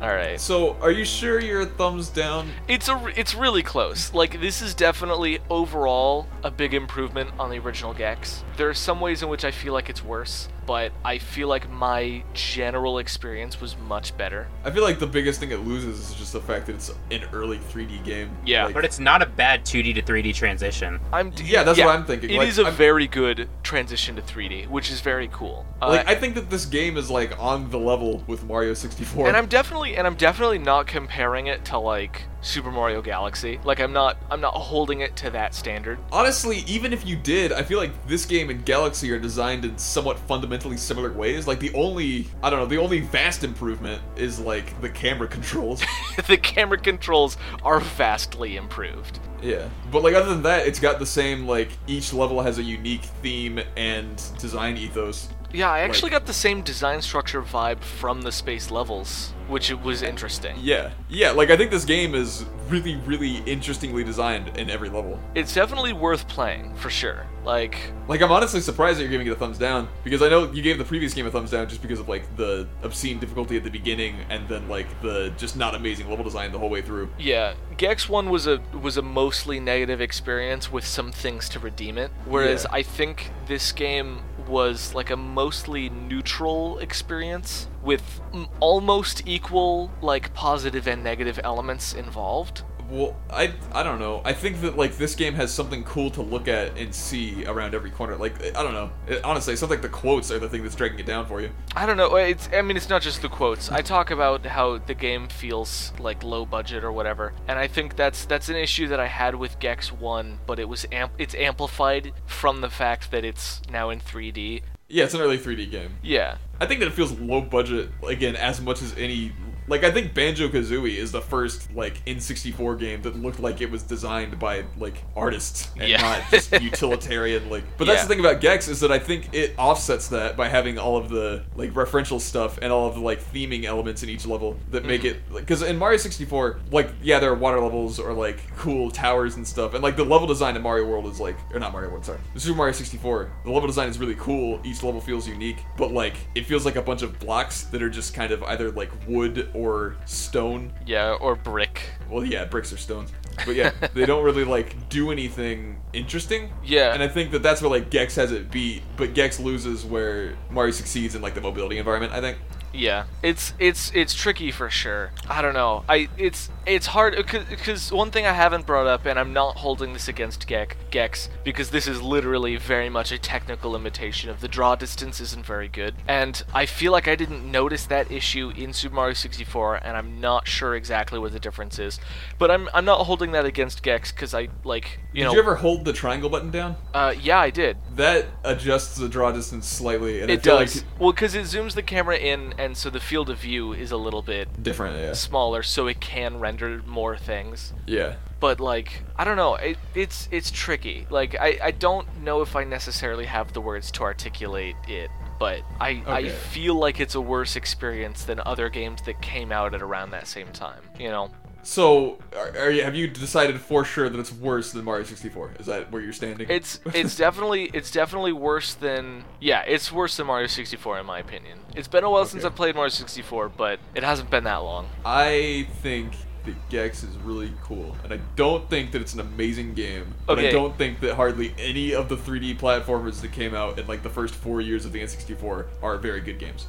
[SPEAKER 2] all right
[SPEAKER 3] So, are you sure you're a thumbs down?
[SPEAKER 2] it's a re- it's really close like this is definitely overall a big improvement on the original gex there are some ways in which i feel like it's worse but i feel like my general experience was much better
[SPEAKER 3] I feel like the biggest thing it loses is just the fact that it's an early 3D game.
[SPEAKER 2] Yeah.
[SPEAKER 3] Like,
[SPEAKER 4] But it's not a bad 2D to 3D transition.
[SPEAKER 2] i'm d-
[SPEAKER 3] Yeah, that's what I'm thinking.
[SPEAKER 2] It is
[SPEAKER 3] Like,
[SPEAKER 2] a
[SPEAKER 3] I'm-
[SPEAKER 2] very good transition to 3d which is very cool Uh,
[SPEAKER 3] like I think that this game is like on the level with Mario 64.
[SPEAKER 2] and I'm definitely and I'm definitely not comparing it to like Super Mario Galaxy. Like I'm not I'm not holding it to that standard. *laughs*
[SPEAKER 3] Honestly, even if you did, I feel like this game and Galaxy are designed in somewhat fundamentally similar ways. Like the only, I don't know, the only vast improvement is like the camera *laughs* controls.
[SPEAKER 2] the camera controls are vastly improved.
[SPEAKER 3] yeah. But like other than that, it's got the same like each level has a unique theme and design ethos.
[SPEAKER 2] Yeah, I actually
[SPEAKER 3] Like-
[SPEAKER 2] got the same design structure vibe from the space levels, which it was interesting.
[SPEAKER 3] Yeah. Yeah, like I think this game is really really interestingly designed in every level.
[SPEAKER 2] It's definitely worth playing for sure. Like,
[SPEAKER 3] Like I'm honestly surprised that you're giving it a thumbs down because I know you gave the previous game a thumbs down just because of like the obscene difficulty at the beginning and then like the just not amazing level design the whole way through.
[SPEAKER 2] yeah, Gex One was a was a mostly negative experience with some things to redeem it. Whereas
[SPEAKER 3] Yeah.
[SPEAKER 2] I think this game was like a mostly neutral experience with m- almost equal like positive and negative elements involved.
[SPEAKER 3] Well, I I don't know. I think that like this game has something cool to look at and see around every corner. Like I don't know. It, honestly, it sounds like the quotes are the thing that's dragging it down for you.
[SPEAKER 2] I don't know. It's I mean, it's not just the quotes. I talk about how the game feels like low budget or whatever, and I think that's that's an issue that I had with Gex One, but it was amp- it's amplified from the fact that it's now in 3D.
[SPEAKER 3] Yeah, it's an early 3D game.
[SPEAKER 2] Yeah,
[SPEAKER 3] I think that it feels low budget again as much as any. Like I think Banjo Kazooie is the first like N64 game that looked like it was designed by like artists and
[SPEAKER 2] Yeah.
[SPEAKER 3] not just utilitarian. Like, but that's
[SPEAKER 2] Yeah.
[SPEAKER 3] the thing about Gex is that I think it offsets that by having all of the like referential stuff and all of the like theming elements in each level that make it because in Mario 64, like yeah, there are water levels or like cool towers and stuff, and like the level design in Mario World is like or not Mario World, sorry, Super Mario 64. The level design is really cool. Each level feels unique, but like it feels like a bunch of blocks that are just kind of either like wood or stone
[SPEAKER 2] yeah, or brick.
[SPEAKER 3] well, yeah, bricks are stones,
[SPEAKER 2] *laughs*
[SPEAKER 3] but yeah, they don't really like do anything interesting.
[SPEAKER 2] Yeah.
[SPEAKER 3] and I think that that's where like Gex has it beat, but Gex loses where Mario succeeds in like the mobility environment. I think.
[SPEAKER 2] Yeah, it's it's it's tricky for sure. I don't know. I it's it's hard because one thing I haven't brought up, and I'm not holding this against Gek, Gex because this is literally very much a technical limitation of the draw distance isn't very good, and I feel like I didn't notice that issue in Super Mario 64, and I'm not sure exactly what the difference is, but I'm I'm not holding that against Gex because I like you
[SPEAKER 3] Did
[SPEAKER 2] know
[SPEAKER 3] you ever hold the triangle button down?
[SPEAKER 2] uh, yeah I did
[SPEAKER 3] That adjusts the draw distance slightly, and I
[SPEAKER 2] it
[SPEAKER 3] feel
[SPEAKER 2] does
[SPEAKER 3] like
[SPEAKER 2] well because it zooms the camera in, and so the field of view is a little bit
[SPEAKER 3] different. Yeah,
[SPEAKER 2] smaller so it can render more things
[SPEAKER 3] yeah.
[SPEAKER 2] but like i don't know it, it's it's tricky like I, I don't know if i necessarily have the words to articulate it but I, I
[SPEAKER 3] Okay.
[SPEAKER 2] feel like it's a worse experience than other games that came out at around that same time you know
[SPEAKER 3] So, are, are you, have you decided for sure that it's worse than Mario 64? Is that where you're standing?
[SPEAKER 2] it's
[SPEAKER 3] *laughs*
[SPEAKER 2] it's definitely it's definitely worse than yeah it's worse than mario 64 in my opinion it's been a while since
[SPEAKER 3] Okay.
[SPEAKER 2] i've played mario 64 but it hasn't been that long
[SPEAKER 3] I think that Gex is really cool, and I don't think that it's an amazing game. But I
[SPEAKER 2] Okay.
[SPEAKER 3] don't think that hardly any of the 3D platformers that came out in like the first four years of the N64 are very good games.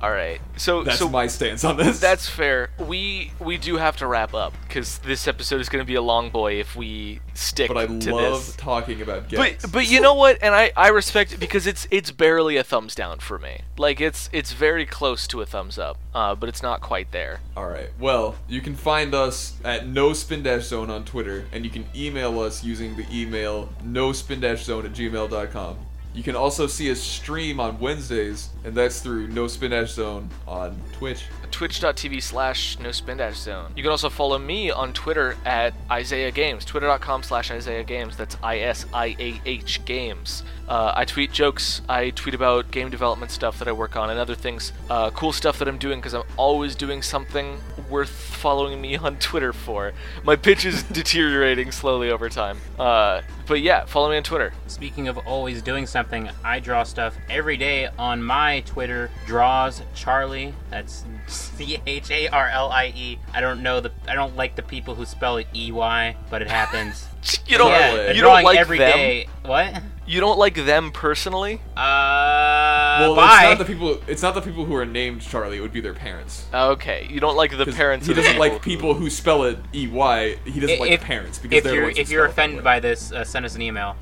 [SPEAKER 2] All right. So
[SPEAKER 3] That's
[SPEAKER 2] so
[SPEAKER 3] my stance on this.
[SPEAKER 2] that's fair. We we do have to wrap up because this episode is going to be a long boy if we stick
[SPEAKER 3] but I
[SPEAKER 2] to
[SPEAKER 3] love
[SPEAKER 2] this.
[SPEAKER 3] talking about Gex.
[SPEAKER 2] But but you know what? And I I respect it because it's it's barely a thumbs down for me. Like it's it's very close to a thumbs up, uh, but it's not quite there.
[SPEAKER 3] All right. Well, you can find us at no spin dash zone on Twitter, and you can email us using the email no spin dash zone at gmail.com. You can also see us stream on Wednesdays, and that's through no spin dash zone on Twitch.
[SPEAKER 2] twitch.tv slash no spin dash zone. You can also follow me on Twitter at Isaiah Games, twitter.com slash Isaiah Games. That's I S I A H Games. Uh, I tweet jokes, I tweet about game development stuff that I work on and other things, uh, cool stuff that I'm doing because I'm always doing something worth following me on Twitter for. My pitch is deteriorating slowly over time. Uh, but yeah, follow me on Twitter. *laughs*
[SPEAKER 4] Speaking of always doing something, I draw stuff every day on my Twitter. Draws Charlie. That's C H A R L I E. I don't know the. I don't like the people who spell it E Y, but it
[SPEAKER 3] *laughs*
[SPEAKER 4] happens.
[SPEAKER 2] You don't,
[SPEAKER 4] yeah,
[SPEAKER 2] you don't
[SPEAKER 4] drawing
[SPEAKER 2] like
[SPEAKER 4] every
[SPEAKER 2] them?
[SPEAKER 4] day. What?
[SPEAKER 2] You don't like them personally?
[SPEAKER 4] Uh,
[SPEAKER 3] well,
[SPEAKER 4] bye.
[SPEAKER 3] it's not the people. It's not the people who are named Charlie. It would be their parents.
[SPEAKER 2] Okay, you don't like the
[SPEAKER 3] 'Cause
[SPEAKER 2] parents
[SPEAKER 3] He
[SPEAKER 2] of the
[SPEAKER 3] doesn't
[SPEAKER 2] people
[SPEAKER 3] like
[SPEAKER 2] who-
[SPEAKER 3] people who spell it E Y. He doesn't like
[SPEAKER 4] If-
[SPEAKER 3] parents because
[SPEAKER 4] if
[SPEAKER 3] they're the
[SPEAKER 4] you're
[SPEAKER 3] ones who
[SPEAKER 4] if
[SPEAKER 3] spell
[SPEAKER 4] you're
[SPEAKER 3] it that
[SPEAKER 4] offended
[SPEAKER 3] way.
[SPEAKER 4] by this, uh, send us an email.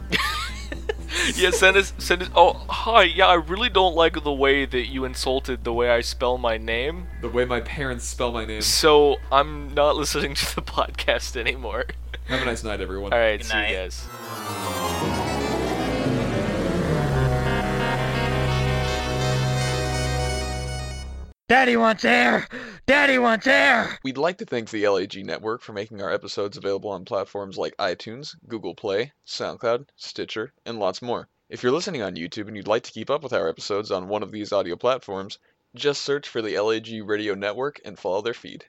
[SPEAKER 2] yeah, send us, send us. Oh, hi. Yeah, I really don't like the way that you insulted the way I spell my name.
[SPEAKER 3] the way my parents spell my name.
[SPEAKER 2] So I'm not *laughs* listening to the podcast anymore.
[SPEAKER 3] Have a nice night, everyone.
[SPEAKER 2] All right,
[SPEAKER 4] Good
[SPEAKER 2] see
[SPEAKER 4] night.
[SPEAKER 2] you guys.
[SPEAKER 5] Daddy wants air! Daddy wants air!
[SPEAKER 6] We'd like to thank the LAG Network for making our episodes available on platforms like iTunes, Google Play, SoundCloud, Stitcher, and lots more. If you're listening on YouTube and you'd like to keep up with our episodes on one of these audio platforms, just search for the LAG Radio Network and follow their feed.